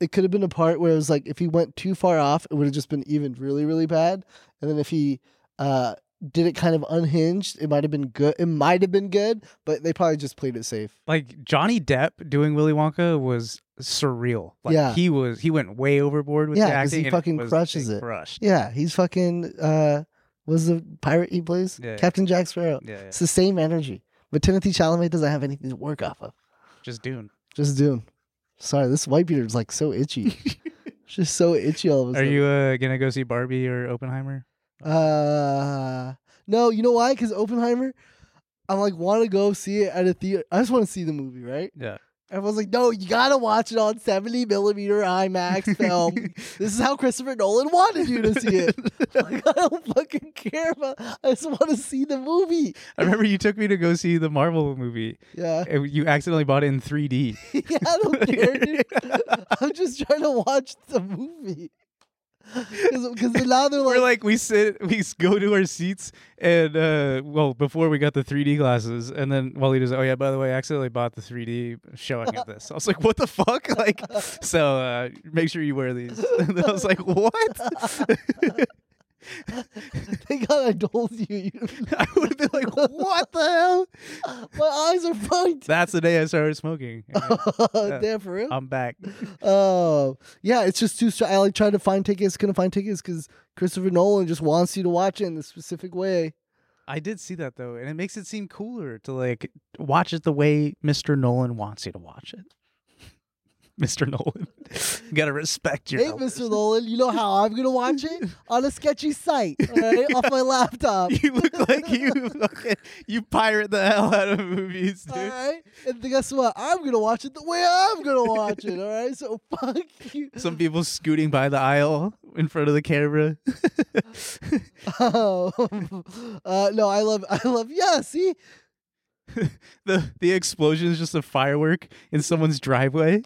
[SPEAKER 1] it could have been a part where it was like if he went too far off, it would have just been even really, really bad. And then if he uh did it kind of unhinged, it might have been good. It might have been good, but they probably just played it safe.
[SPEAKER 2] like Johnny Depp doing Willy Wonka was surreal. Like
[SPEAKER 1] Yeah.
[SPEAKER 2] he was he went way overboard with
[SPEAKER 1] Yeah,
[SPEAKER 2] the
[SPEAKER 1] 'cause
[SPEAKER 2] acting.
[SPEAKER 1] he
[SPEAKER 2] and
[SPEAKER 1] fucking
[SPEAKER 2] was
[SPEAKER 1] crushes it.
[SPEAKER 2] Crushed.
[SPEAKER 1] Yeah, he's fucking uh, was the pirate he plays
[SPEAKER 2] Yeah.
[SPEAKER 1] Captain Jack Sparrow.
[SPEAKER 2] Yeah, yeah.
[SPEAKER 1] It's the same energy, but Timothy Chalamet doesn't have anything to work off of.
[SPEAKER 2] Just Dune.
[SPEAKER 1] Just Dune. Sorry, this white beater is like so
[SPEAKER 2] [LAUGHS]
[SPEAKER 1] itchy. it's just so itchy all of a
[SPEAKER 2] Are
[SPEAKER 1] sudden.
[SPEAKER 2] you uh, gonna go see Barbie or Oppenheimer?
[SPEAKER 1] Uh, no, you know why? Because Oppenheimer, I'm like, want to go see it at a theater. I just want to see the movie, right?
[SPEAKER 2] Yeah.
[SPEAKER 1] Everyone's like, no, you gotta watch it on 70 millimeter IMAX film.
[SPEAKER 2] [LAUGHS]
[SPEAKER 1] this is how Christopher Nolan wanted you to see it. like, I don't fucking care about. I just want to see the movie. [LAUGHS]
[SPEAKER 2] I remember you took me to go see the Marvel movie.
[SPEAKER 1] Yeah, [LAUGHS]
[SPEAKER 2] and You accidentally bought it in 3D.
[SPEAKER 1] yeah, I don't care,
[SPEAKER 2] [LAUGHS]
[SPEAKER 1] dude. I'm just trying to watch the movie. Because now they're
[SPEAKER 2] We're like we sit, [LAUGHS] we s- go to our seats, and uh, well, before we got the 3D glasses, and then Wally does, oh yeah, by the way, I accidentally bought the 3D showing of this. I was like, what the fuck? [LAUGHS] Like, so uh, make sure you wear these. [LAUGHS] And I was like, what? [LAUGHS]
[SPEAKER 1] thank God I told
[SPEAKER 2] [LAUGHS]
[SPEAKER 1] you. you
[SPEAKER 2] I would have been
[SPEAKER 1] [LAUGHS]
[SPEAKER 2] like, what the hell?
[SPEAKER 1] My eyes are [LAUGHS] fucked. Oh,
[SPEAKER 2] That's the day I started smoking. And
[SPEAKER 1] Damn, for real.
[SPEAKER 2] I'm back.
[SPEAKER 1] Oh, yeah. It's just too. str- I like tried to find tickets, couldn't find tickets because Christopher Nolan just wants you to watch it in the specific way.
[SPEAKER 2] I did see that though, and it makes it seem cooler to like watch it the way Mr. Nolan wants you to watch it. [LAUGHS] Mr. Nolan, [LAUGHS] you gotta respect your
[SPEAKER 1] Hey,
[SPEAKER 2] elders.
[SPEAKER 1] Mr. Nolan, you know how I'm gonna watch it on a sketchy site, all right? off my
[SPEAKER 2] [LAUGHS]
[SPEAKER 1] laptop.
[SPEAKER 2] You look like you fucking- you pirate the hell out of movies, dude.
[SPEAKER 1] All right, and th- guess what? I'm gonna watch it the way I'm gonna watch it. All right, so fuck you. [LAUGHS]
[SPEAKER 2] Some people scooting by the aisle in front of the camera. [LAUGHS]
[SPEAKER 1] Oh, [LAUGHS] uh, no, I love, I love. Yeah, see,
[SPEAKER 2] the the explosion is just a firework in someone's driveway.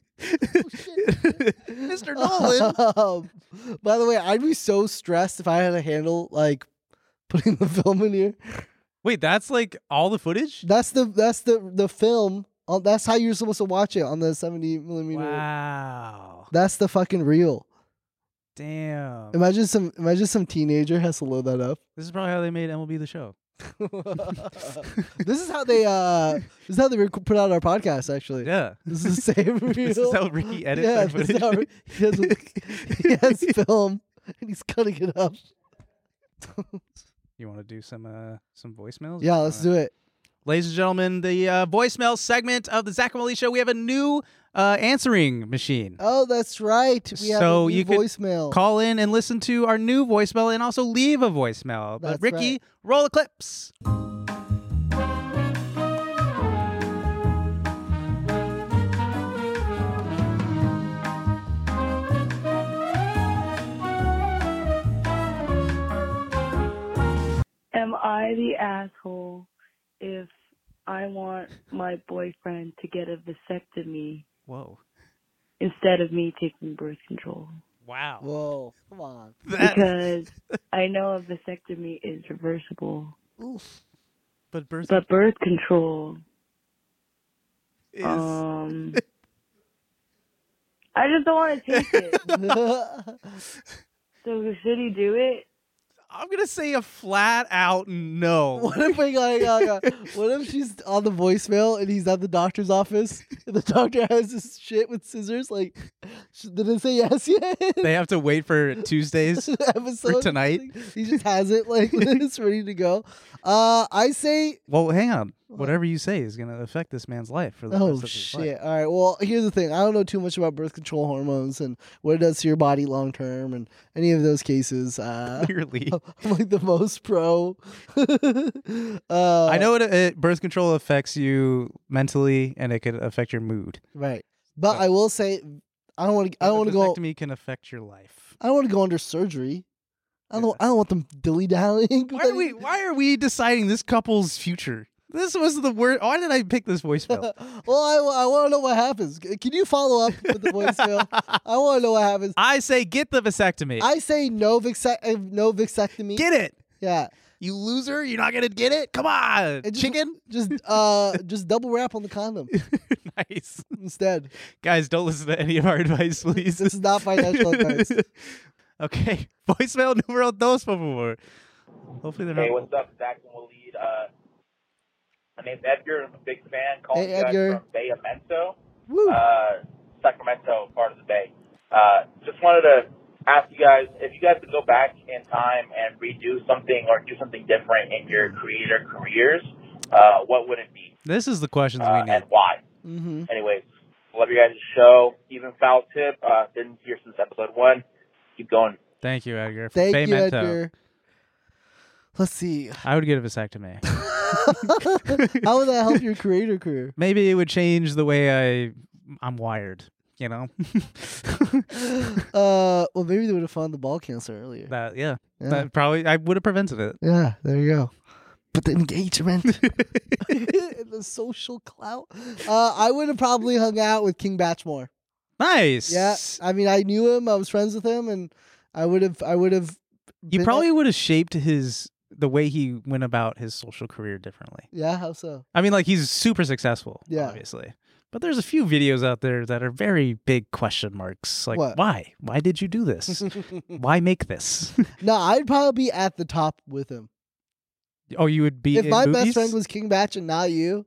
[SPEAKER 2] [LAUGHS] Mr. Nolan.
[SPEAKER 1] [LAUGHS] Um, by the way, I'd be so stressed if I had to handle like [LAUGHS] putting the film in here.
[SPEAKER 2] Wait, that's like all
[SPEAKER 1] [LAUGHS]
[SPEAKER 2] the footage?
[SPEAKER 1] That's the that's the the film. Uh, That's how you're supposed to watch it on the 70 millimeter.
[SPEAKER 2] Wow.
[SPEAKER 1] That's the fucking reel.
[SPEAKER 2] Damn.
[SPEAKER 1] Imagine some imagine some teenager has to load that up. [LAUGHS]
[SPEAKER 2] This is probably how they made MLB the show.
[SPEAKER 1] this is how they uh this is how they rec- put out our podcast actually.
[SPEAKER 2] Yeah.
[SPEAKER 1] This is the same reel.
[SPEAKER 2] [LAUGHS] This is how Ricky edits
[SPEAKER 1] yeah,
[SPEAKER 2] our
[SPEAKER 1] this is
[SPEAKER 2] footage.
[SPEAKER 1] how re- he has, he has film and he's cutting it up.
[SPEAKER 2] [LAUGHS] you want to do some uh some voicemails?
[SPEAKER 1] Yeah, let's do it.
[SPEAKER 2] Ladies and gentlemen, the uh, voicemail segment of the Zach and Wally show. We have a new uh, answering machine.
[SPEAKER 1] Oh, that's right. We have
[SPEAKER 2] So
[SPEAKER 1] a new
[SPEAKER 2] you could
[SPEAKER 1] voicemail.
[SPEAKER 2] Call in and listen to our new voicemail and also leave a voicemail. But
[SPEAKER 1] That's
[SPEAKER 2] Ricky,
[SPEAKER 1] right.
[SPEAKER 2] roll the clips.
[SPEAKER 4] Am I the asshole if I want my boyfriend to get a vasectomy
[SPEAKER 2] Whoa.
[SPEAKER 4] instead of me taking birth control?
[SPEAKER 2] Wow.
[SPEAKER 1] Whoa, come
[SPEAKER 2] [LAUGHS]
[SPEAKER 1] on. [LAUGHS]
[SPEAKER 2] That,
[SPEAKER 4] Because I know a vasectomy is reversible,
[SPEAKER 1] Oof.
[SPEAKER 2] but birth
[SPEAKER 1] Uh,
[SPEAKER 4] but birth control,
[SPEAKER 2] is [LAUGHS]
[SPEAKER 4] um, I just don't want to
[SPEAKER 2] [LAUGHS]
[SPEAKER 4] take it. So should he do it?
[SPEAKER 2] I'm gonna say a flat out no.
[SPEAKER 1] What if we got, uh, got, got- What if she's on the voicemail and he's at the doctor's office [LAUGHS] and the doctor has this shit with scissors? Like, sh- did it say yes yet? [LAUGHS]
[SPEAKER 2] They have to wait for Tuesdays.
[SPEAKER 1] Episode
[SPEAKER 2] tonight?
[SPEAKER 1] He just has it like [LAUGHS] it's ready to go. Uh, I say.
[SPEAKER 2] well, hang on.
[SPEAKER 1] What?
[SPEAKER 2] Whatever you say is gonna affect this man's life for the
[SPEAKER 1] Oh
[SPEAKER 2] rest of his life.
[SPEAKER 1] shit! All right. Well, here's the thing. I don't know too much about birth control hormones and what it does to your body long term and any of those cases. Uh,
[SPEAKER 2] [LAUGHS] Clearly.
[SPEAKER 1] I'm [LAUGHS] like the most pro. [LAUGHS] uh,
[SPEAKER 2] I know it, it birth control affects you mentally and it could affect your mood.
[SPEAKER 1] Right. But I will say, I don't want to. I don't want to go.
[SPEAKER 2] Me can affect your life.
[SPEAKER 1] I don't want to go under surgery. I don't.
[SPEAKER 2] Yeah.
[SPEAKER 1] I don't want them dilly dallying.
[SPEAKER 2] Why are we? Why are we deciding this couple's future? This was the word. Why did I pick this voicemail?
[SPEAKER 1] [LAUGHS] well, I, I want to know what happens. C- Can you follow up with the
[SPEAKER 2] [LAUGHS]
[SPEAKER 1] voicemail? I want to know what happens.
[SPEAKER 2] I say get the vasectomy.
[SPEAKER 1] I say no vasect- uh, no vasectomy.
[SPEAKER 2] get it.
[SPEAKER 1] yeah,
[SPEAKER 2] You loser. You're not gonna get it. Come on,
[SPEAKER 1] It just-
[SPEAKER 2] chicken.
[SPEAKER 1] just uh, just double wrap on the condom
[SPEAKER 2] [LAUGHS] nice.
[SPEAKER 1] instead.
[SPEAKER 2] Guys, don't listen to any of our advice, please.
[SPEAKER 1] This is not financial advice.
[SPEAKER 2] [LAUGHS] okay. [LAUGHS] Voicemail numero dos, por favor. Hopefully they're
[SPEAKER 5] Hey,
[SPEAKER 2] not.
[SPEAKER 5] what's up, Zach and Waleed? Uh, my name's Edgar. I'm a big fan. Calling
[SPEAKER 1] Hey,
[SPEAKER 5] you guys
[SPEAKER 1] Edgar.
[SPEAKER 5] from Bayamento,
[SPEAKER 1] Woo.
[SPEAKER 5] uh, Sacramento, part of the Bay. Uh, just wanted to ask you guys if you guys could go back in time and redo something or do something different in your creator careers, uh, what would it be
[SPEAKER 2] This is the questions
[SPEAKER 5] uh,
[SPEAKER 2] we need.
[SPEAKER 5] and why?
[SPEAKER 1] hmm
[SPEAKER 5] Anyways, love you guys' show. Even foul tip. Uh, been here since episode one. Keep going.
[SPEAKER 2] Thank you, Edgar. for
[SPEAKER 1] Thank you,
[SPEAKER 2] Baymento.
[SPEAKER 1] Edgar. Let's see.
[SPEAKER 2] I would get a vasectomy.
[SPEAKER 1] How would that help your creator career?
[SPEAKER 2] Maybe it would change the way I I'm wired. You know. [LAUGHS]
[SPEAKER 1] [LAUGHS] Uh, well, maybe they would have found the ball cancer earlier.
[SPEAKER 2] that yeah.
[SPEAKER 1] Yeah.
[SPEAKER 2] That probably I would have prevented it.
[SPEAKER 1] Yeah, there you go. But the
[SPEAKER 2] [LAUGHS]
[SPEAKER 1] engagement [LAUGHS] and the social clout. Uh, I would have probably hung out with King Batchmore.
[SPEAKER 2] Nice.
[SPEAKER 1] Yeah, I mean, I knew him. I was friends with him, and I would have. I would have.
[SPEAKER 2] You
[SPEAKER 1] been-
[SPEAKER 2] probably would have shaped his the way he went about his social career differently.
[SPEAKER 1] Yeah. How
[SPEAKER 2] [LAUGHS]
[SPEAKER 1] so?
[SPEAKER 2] I mean, like he's super successful,
[SPEAKER 1] Yeah.
[SPEAKER 2] obviously. But there's a few videos out there that are very big question marks. Like,
[SPEAKER 1] What?
[SPEAKER 2] why? Why did you
[SPEAKER 1] [LAUGHS]
[SPEAKER 2] do this? why make this?
[SPEAKER 1] No, I'd probably be at the top with him.
[SPEAKER 2] oh, you would be
[SPEAKER 1] if
[SPEAKER 2] in
[SPEAKER 1] my best
[SPEAKER 2] movies?
[SPEAKER 1] friend was King Batch and not
[SPEAKER 2] [LAUGHS]
[SPEAKER 1] you,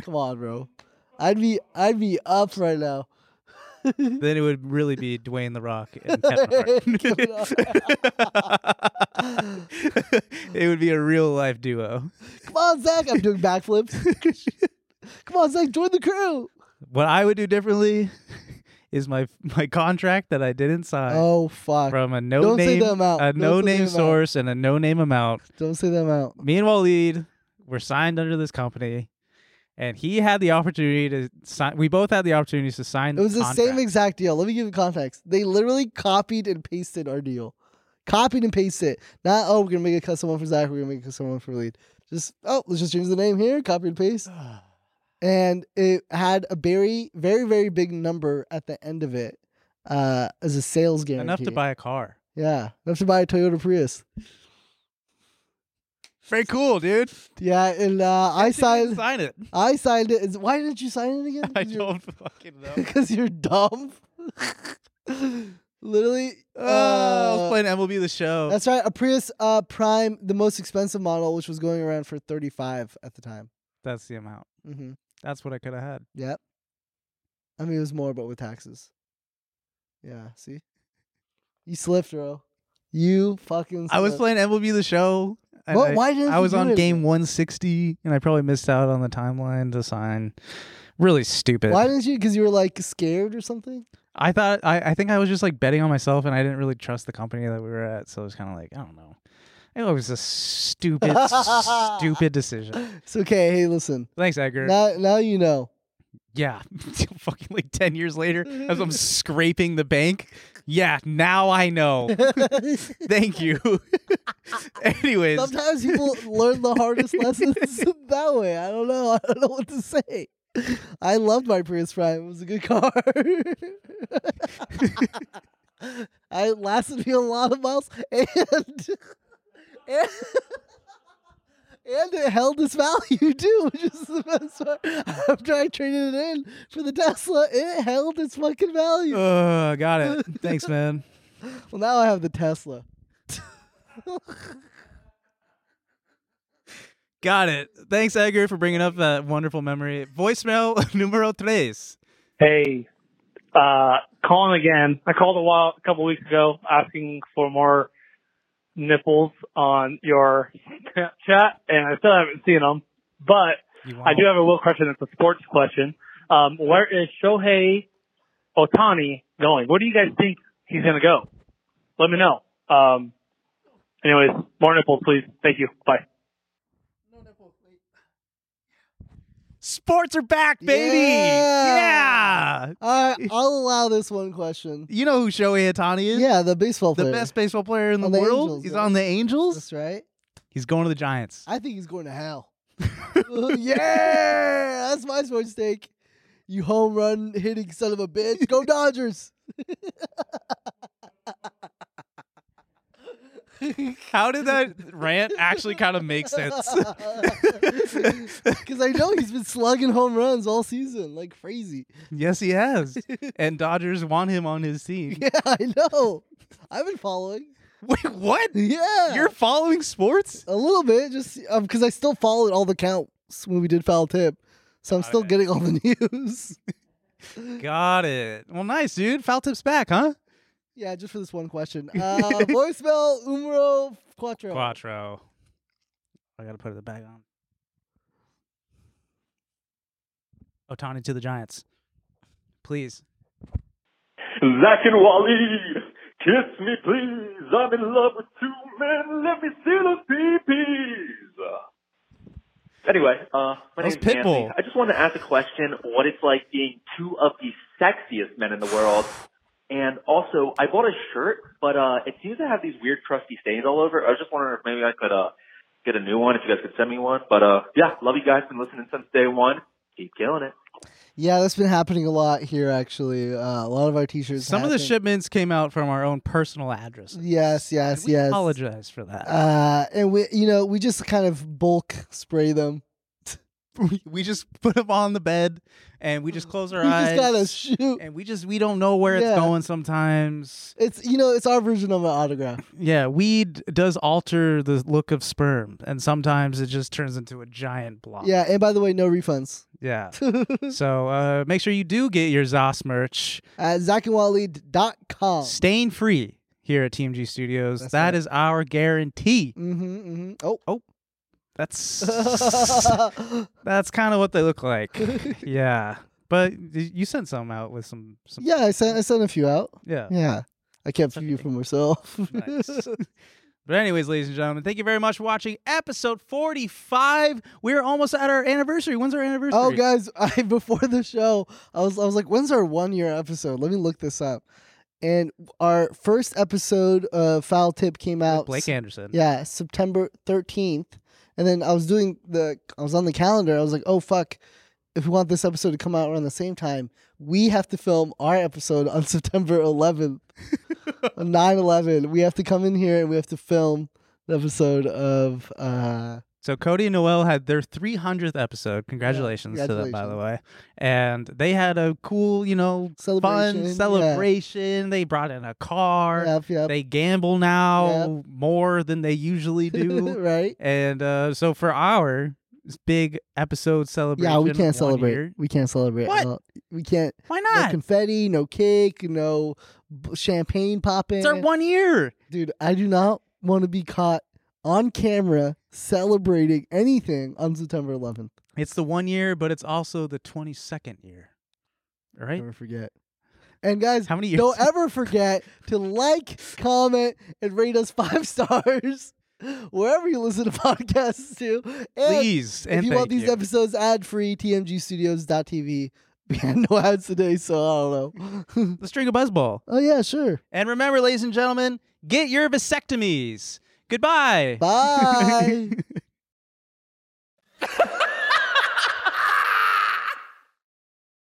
[SPEAKER 1] come on, bro. I'd be. I'd be up right
[SPEAKER 2] [LAUGHS]
[SPEAKER 1] now. [LAUGHS]
[SPEAKER 2] then it would really be Dwayne the Rock and
[SPEAKER 1] Kevin
[SPEAKER 2] Kevin Hart. [LAUGHS] it would be a real life duo.
[SPEAKER 1] Come on, Zach. I'm doing backflips.
[SPEAKER 2] [LAUGHS]
[SPEAKER 1] Come on, Zach. Join the crew.
[SPEAKER 2] What I would do differently is my my contract that I didn't sign
[SPEAKER 1] Oh fuck.
[SPEAKER 2] from a no
[SPEAKER 1] Don't say
[SPEAKER 2] name
[SPEAKER 1] the amount. Don't say
[SPEAKER 2] a
[SPEAKER 1] the
[SPEAKER 2] no name
[SPEAKER 1] amount.
[SPEAKER 2] source and a no name amount.
[SPEAKER 1] Don't say them out.
[SPEAKER 2] me and Waleed were signed under this company, and he had the opportunity to sign. We both had the opportunities to sign.
[SPEAKER 1] It was the same
[SPEAKER 2] contract.
[SPEAKER 1] exact deal. Let me give you context. They literally copied and pasted our deal. Copied and pasted it. Not, oh, we're going to make a custom one for Zach. We're going to make a custom one for Lead. Just, oh, let's just change the name here. Copy and
[SPEAKER 2] [SIGHS]
[SPEAKER 1] paste. And it had a very, very, very big number at the end of it uh, as a sales guarantee.
[SPEAKER 2] enough to buy a car.
[SPEAKER 1] Yeah. Enough to buy a Toyota Prius.
[SPEAKER 2] Very cool, dude.
[SPEAKER 1] Yeah. And uh, I signed
[SPEAKER 2] sign it.
[SPEAKER 1] I signed it. Is- Why didn't you sign it again?
[SPEAKER 2] [LAUGHS] I
[SPEAKER 1] 'Cause you're-
[SPEAKER 2] don't
[SPEAKER 1] [LAUGHS]
[SPEAKER 2] fucking know.
[SPEAKER 1] because you're dumb. [LAUGHS] Literally.
[SPEAKER 2] Oh, [LAUGHS] I was
[SPEAKER 1] uh,
[SPEAKER 2] playing MLB the show.
[SPEAKER 1] that's right. A Prius uh, Prime, the most expensive model, which was going around for thirty five at the time.
[SPEAKER 2] That's the amount.
[SPEAKER 1] Mm-hmm.
[SPEAKER 2] That's what I could have had.
[SPEAKER 1] Yep. I mean, it was more, but with taxes. Yeah. See, you slipped, bro. You fucking. Slipped.
[SPEAKER 2] I was playing MLB the show. and
[SPEAKER 1] What?
[SPEAKER 2] I,
[SPEAKER 1] Why didn't
[SPEAKER 2] I
[SPEAKER 1] you
[SPEAKER 2] was
[SPEAKER 1] do
[SPEAKER 2] on
[SPEAKER 1] it?
[SPEAKER 2] game 160, and I probably missed out on the timeline to sign. Really stupid.
[SPEAKER 1] Why didn't you? Because you were like scared or something.
[SPEAKER 2] I thought I, I think I was just like betting on myself and I didn't really trust the company that we were at, so it was kind of like I don't know. It was
[SPEAKER 1] [LAUGHS]
[SPEAKER 2] a stupid, stupid decision.
[SPEAKER 1] It's okay. Hey, listen.
[SPEAKER 2] Thanks, Edgar.
[SPEAKER 1] Now, now you
[SPEAKER 2] [LAUGHS]
[SPEAKER 1] know.
[SPEAKER 2] Yeah, fucking like ten years later, as
[SPEAKER 1] [LAUGHS]
[SPEAKER 2] I'm scraping the bank. Yeah, now I know. Thank you. [LAUGHS] Anyways,
[SPEAKER 1] Sometimes people learn the
[SPEAKER 2] [LAUGHS]
[SPEAKER 1] hardest lessons [LAUGHS] that way. I don't know. [LAUGHS] I don't know what to say. I loved my Prius Prime. It was a good car. [LAUGHS] I it lasted me a lot of miles, and [LAUGHS] and, and it held its value too, which is the best part. After I traded it in for the Tesla, it held its fucking value.
[SPEAKER 2] uh, got it. Thanks, man.
[SPEAKER 1] Well, now I have the Tesla.
[SPEAKER 2] Got it. Thanks, Edgar, for bringing up that wonderful memory. Voicemail [LAUGHS] numero tres.
[SPEAKER 6] Hey, uh, calling again. I called a while, a couple weeks ago, asking for more nipples on your [LAUGHS] Snapchat, and I still haven't seen them. But
[SPEAKER 2] You
[SPEAKER 6] I
[SPEAKER 2] want-
[SPEAKER 6] do have a little question. It's a sports question. Um, where is Shohei Otani going? Where do you guys think he's going to go? Let me know. Um, anyways, more nipples, please. Thank you. Bye.
[SPEAKER 2] Sports are back, baby.
[SPEAKER 1] Yeah.
[SPEAKER 2] Yeah.
[SPEAKER 1] All
[SPEAKER 2] [LAUGHS]
[SPEAKER 1] right, I'll allow this one question.
[SPEAKER 2] You know who Shohei Itani is?
[SPEAKER 1] Yeah, the baseball
[SPEAKER 2] The
[SPEAKER 1] player.
[SPEAKER 2] best baseball player in the,
[SPEAKER 1] On the
[SPEAKER 2] world.
[SPEAKER 1] Angels,
[SPEAKER 2] He's
[SPEAKER 1] right?
[SPEAKER 2] on the Angels.
[SPEAKER 1] That's right.
[SPEAKER 2] He's going to the Giants.
[SPEAKER 1] I think he's going to
[SPEAKER 2] [LAUGHS]
[SPEAKER 1] hell. [LAUGHS] yeah, that's my sports take. You home run hitting son of a bitch.
[SPEAKER 2] [LAUGHS]
[SPEAKER 1] Go Dodgers. [LAUGHS]
[SPEAKER 2] [LAUGHS] How did that rant actually kind of make sense?
[SPEAKER 1] [LAUGHS] Because I know he's been slugging home runs all season like crazy. [LAUGHS]
[SPEAKER 2] yes, he [LAUGHS] has. And Dodgers want him on his team.
[SPEAKER 1] Yeah, I know. I've been following.
[SPEAKER 2] [LAUGHS] Wait, what?
[SPEAKER 1] Yeah,
[SPEAKER 2] You're following sports?
[SPEAKER 1] a little bit just because I still followed all the counts when we did foul tip, so I'm still
[SPEAKER 2] Okay.
[SPEAKER 1] getting all the [LAUGHS] news.
[SPEAKER 2] Got it. Well, nice, dude. Foul tips back, huh?
[SPEAKER 1] yeah, just for this one question.
[SPEAKER 2] [LAUGHS]
[SPEAKER 1] Uh, voicemail Umro Quattro.
[SPEAKER 2] Quattro. I gotta put the bag on. Otani to the Giants. Please.
[SPEAKER 7] Zach and Wally, kiss me please. I'm in love with two men. Let me see the peepees. Anyway, uh, my
[SPEAKER 2] That was
[SPEAKER 7] name's Anthony.
[SPEAKER 2] Pitbull.
[SPEAKER 7] I just wanted to ask a question: What it's like being two of the sexiest men in the world? And also, I bought a shirt, but uh, it seems to have these weird crusty stains all over. I was just wondering if maybe I could uh, get a new one. If you guys could send me one, but uh, yeah, love you guys. Been listening since day one. Keep killing it.
[SPEAKER 1] Yeah, that's been happening a lot here. Actually, uh, a lot of our T-shirts.
[SPEAKER 2] Some
[SPEAKER 1] have
[SPEAKER 2] of the
[SPEAKER 1] been-
[SPEAKER 2] shipments came out from our own personal addresses.
[SPEAKER 1] Yes,
[SPEAKER 2] And
[SPEAKER 1] yes,
[SPEAKER 2] we
[SPEAKER 1] yes.
[SPEAKER 2] apologize for that.
[SPEAKER 1] Uh, and we, you know, we just kind of bulk spray them.
[SPEAKER 2] we, we just [LAUGHS] put them on the bed and we just close
[SPEAKER 1] [LAUGHS]
[SPEAKER 2] our
[SPEAKER 1] we
[SPEAKER 2] eyes.
[SPEAKER 1] just gotta shoot.
[SPEAKER 2] and we just we don't know where
[SPEAKER 1] Yeah.
[SPEAKER 2] it's going sometimes.
[SPEAKER 1] It's you know, it's our version of an autograph.
[SPEAKER 2] Yeah, weed does alter the look of sperm and sometimes it just turns into a giant blob.
[SPEAKER 1] Yeah, and by the way, no refunds. [LAUGHS]
[SPEAKER 2] Yeah. so uh, make sure you do get your Zos merch.
[SPEAKER 1] At zackandwally.com.
[SPEAKER 2] Stain free here at TMG Studios.
[SPEAKER 1] Oh. That's
[SPEAKER 2] That's
[SPEAKER 1] right.
[SPEAKER 2] our guarantee.
[SPEAKER 1] Mm-hmm, mm-hmm. [LAUGHS]
[SPEAKER 2] That's
[SPEAKER 1] Oh.
[SPEAKER 2] that's kind of what they
[SPEAKER 1] [LAUGHS]
[SPEAKER 2] look like. yeah. But y- you sent some out with some,
[SPEAKER 1] [LAUGHS]
[SPEAKER 2] some
[SPEAKER 1] yeah, I sent I sent a few out.
[SPEAKER 2] yeah.
[SPEAKER 1] Yeah. I kept a few
[SPEAKER 2] Okay.
[SPEAKER 1] for myself. [LAUGHS]
[SPEAKER 2] Nice. But anyways, ladies and gentlemen, thank you very much for watching episode 45. We're almost at our anniversary. When's our anniversary?
[SPEAKER 1] Oh, guys! [LAUGHS] I before the show, I was I was like, "When's our one year episode?" Let me look this up. And our first episode of Foul Tip came out.
[SPEAKER 2] Blake Anderson.
[SPEAKER 1] Yeah, September thirteenth. And then I was doing the I was on the calendar. I was like, "Oh fuck." If we want this episode to come out around the same time, we have to film our episode on [LAUGHS] September
[SPEAKER 2] [LAUGHS]
[SPEAKER 1] 11th, 9 11. We have to come in here and we have to film the episode of. Uh,
[SPEAKER 2] So Cody and Noel had their 300th episode. Congratulations, to them, by the way. And they had a cool, you know,
[SPEAKER 1] Celebration, yeah.
[SPEAKER 2] fun celebration. They brought in a car.
[SPEAKER 1] yep, yep.
[SPEAKER 2] They gamble now more than they usually
[SPEAKER 1] [LAUGHS]
[SPEAKER 2] do.
[SPEAKER 1] right?
[SPEAKER 2] and uh, so for our big episode celebration,
[SPEAKER 1] Yeah, we
[SPEAKER 2] one
[SPEAKER 1] can't celebrate.
[SPEAKER 2] year-
[SPEAKER 1] We can't celebrate.
[SPEAKER 2] What?
[SPEAKER 1] Well, We can't.
[SPEAKER 2] why
[SPEAKER 1] No
[SPEAKER 2] not?
[SPEAKER 1] confetti, no cake, no b- champagne popping.
[SPEAKER 2] it's our one year.
[SPEAKER 1] Dude, I do not want to be caught on camera celebrating anything on September 11th.
[SPEAKER 2] It's the one year, but it's also the 22nd year. All right.
[SPEAKER 1] Never forget. And guys,
[SPEAKER 2] How many years?
[SPEAKER 1] don't ever forget to like, comment, and rate us five [LAUGHS] stars wherever you listen to podcasts to. And
[SPEAKER 2] Please.
[SPEAKER 1] if
[SPEAKER 2] and
[SPEAKER 1] you want
[SPEAKER 2] thank
[SPEAKER 1] these
[SPEAKER 2] you.
[SPEAKER 1] episodes ad free, tmgstudios.tv. [LAUGHS] We had no ads today, so I don't know. [LAUGHS]
[SPEAKER 2] Let's drink a buzzball.
[SPEAKER 1] oh, yeah, sure.
[SPEAKER 2] And remember, ladies and gentlemen, get your
[SPEAKER 1] [LAUGHS]
[SPEAKER 2] vasectomies. Goodbye.
[SPEAKER 1] Bye.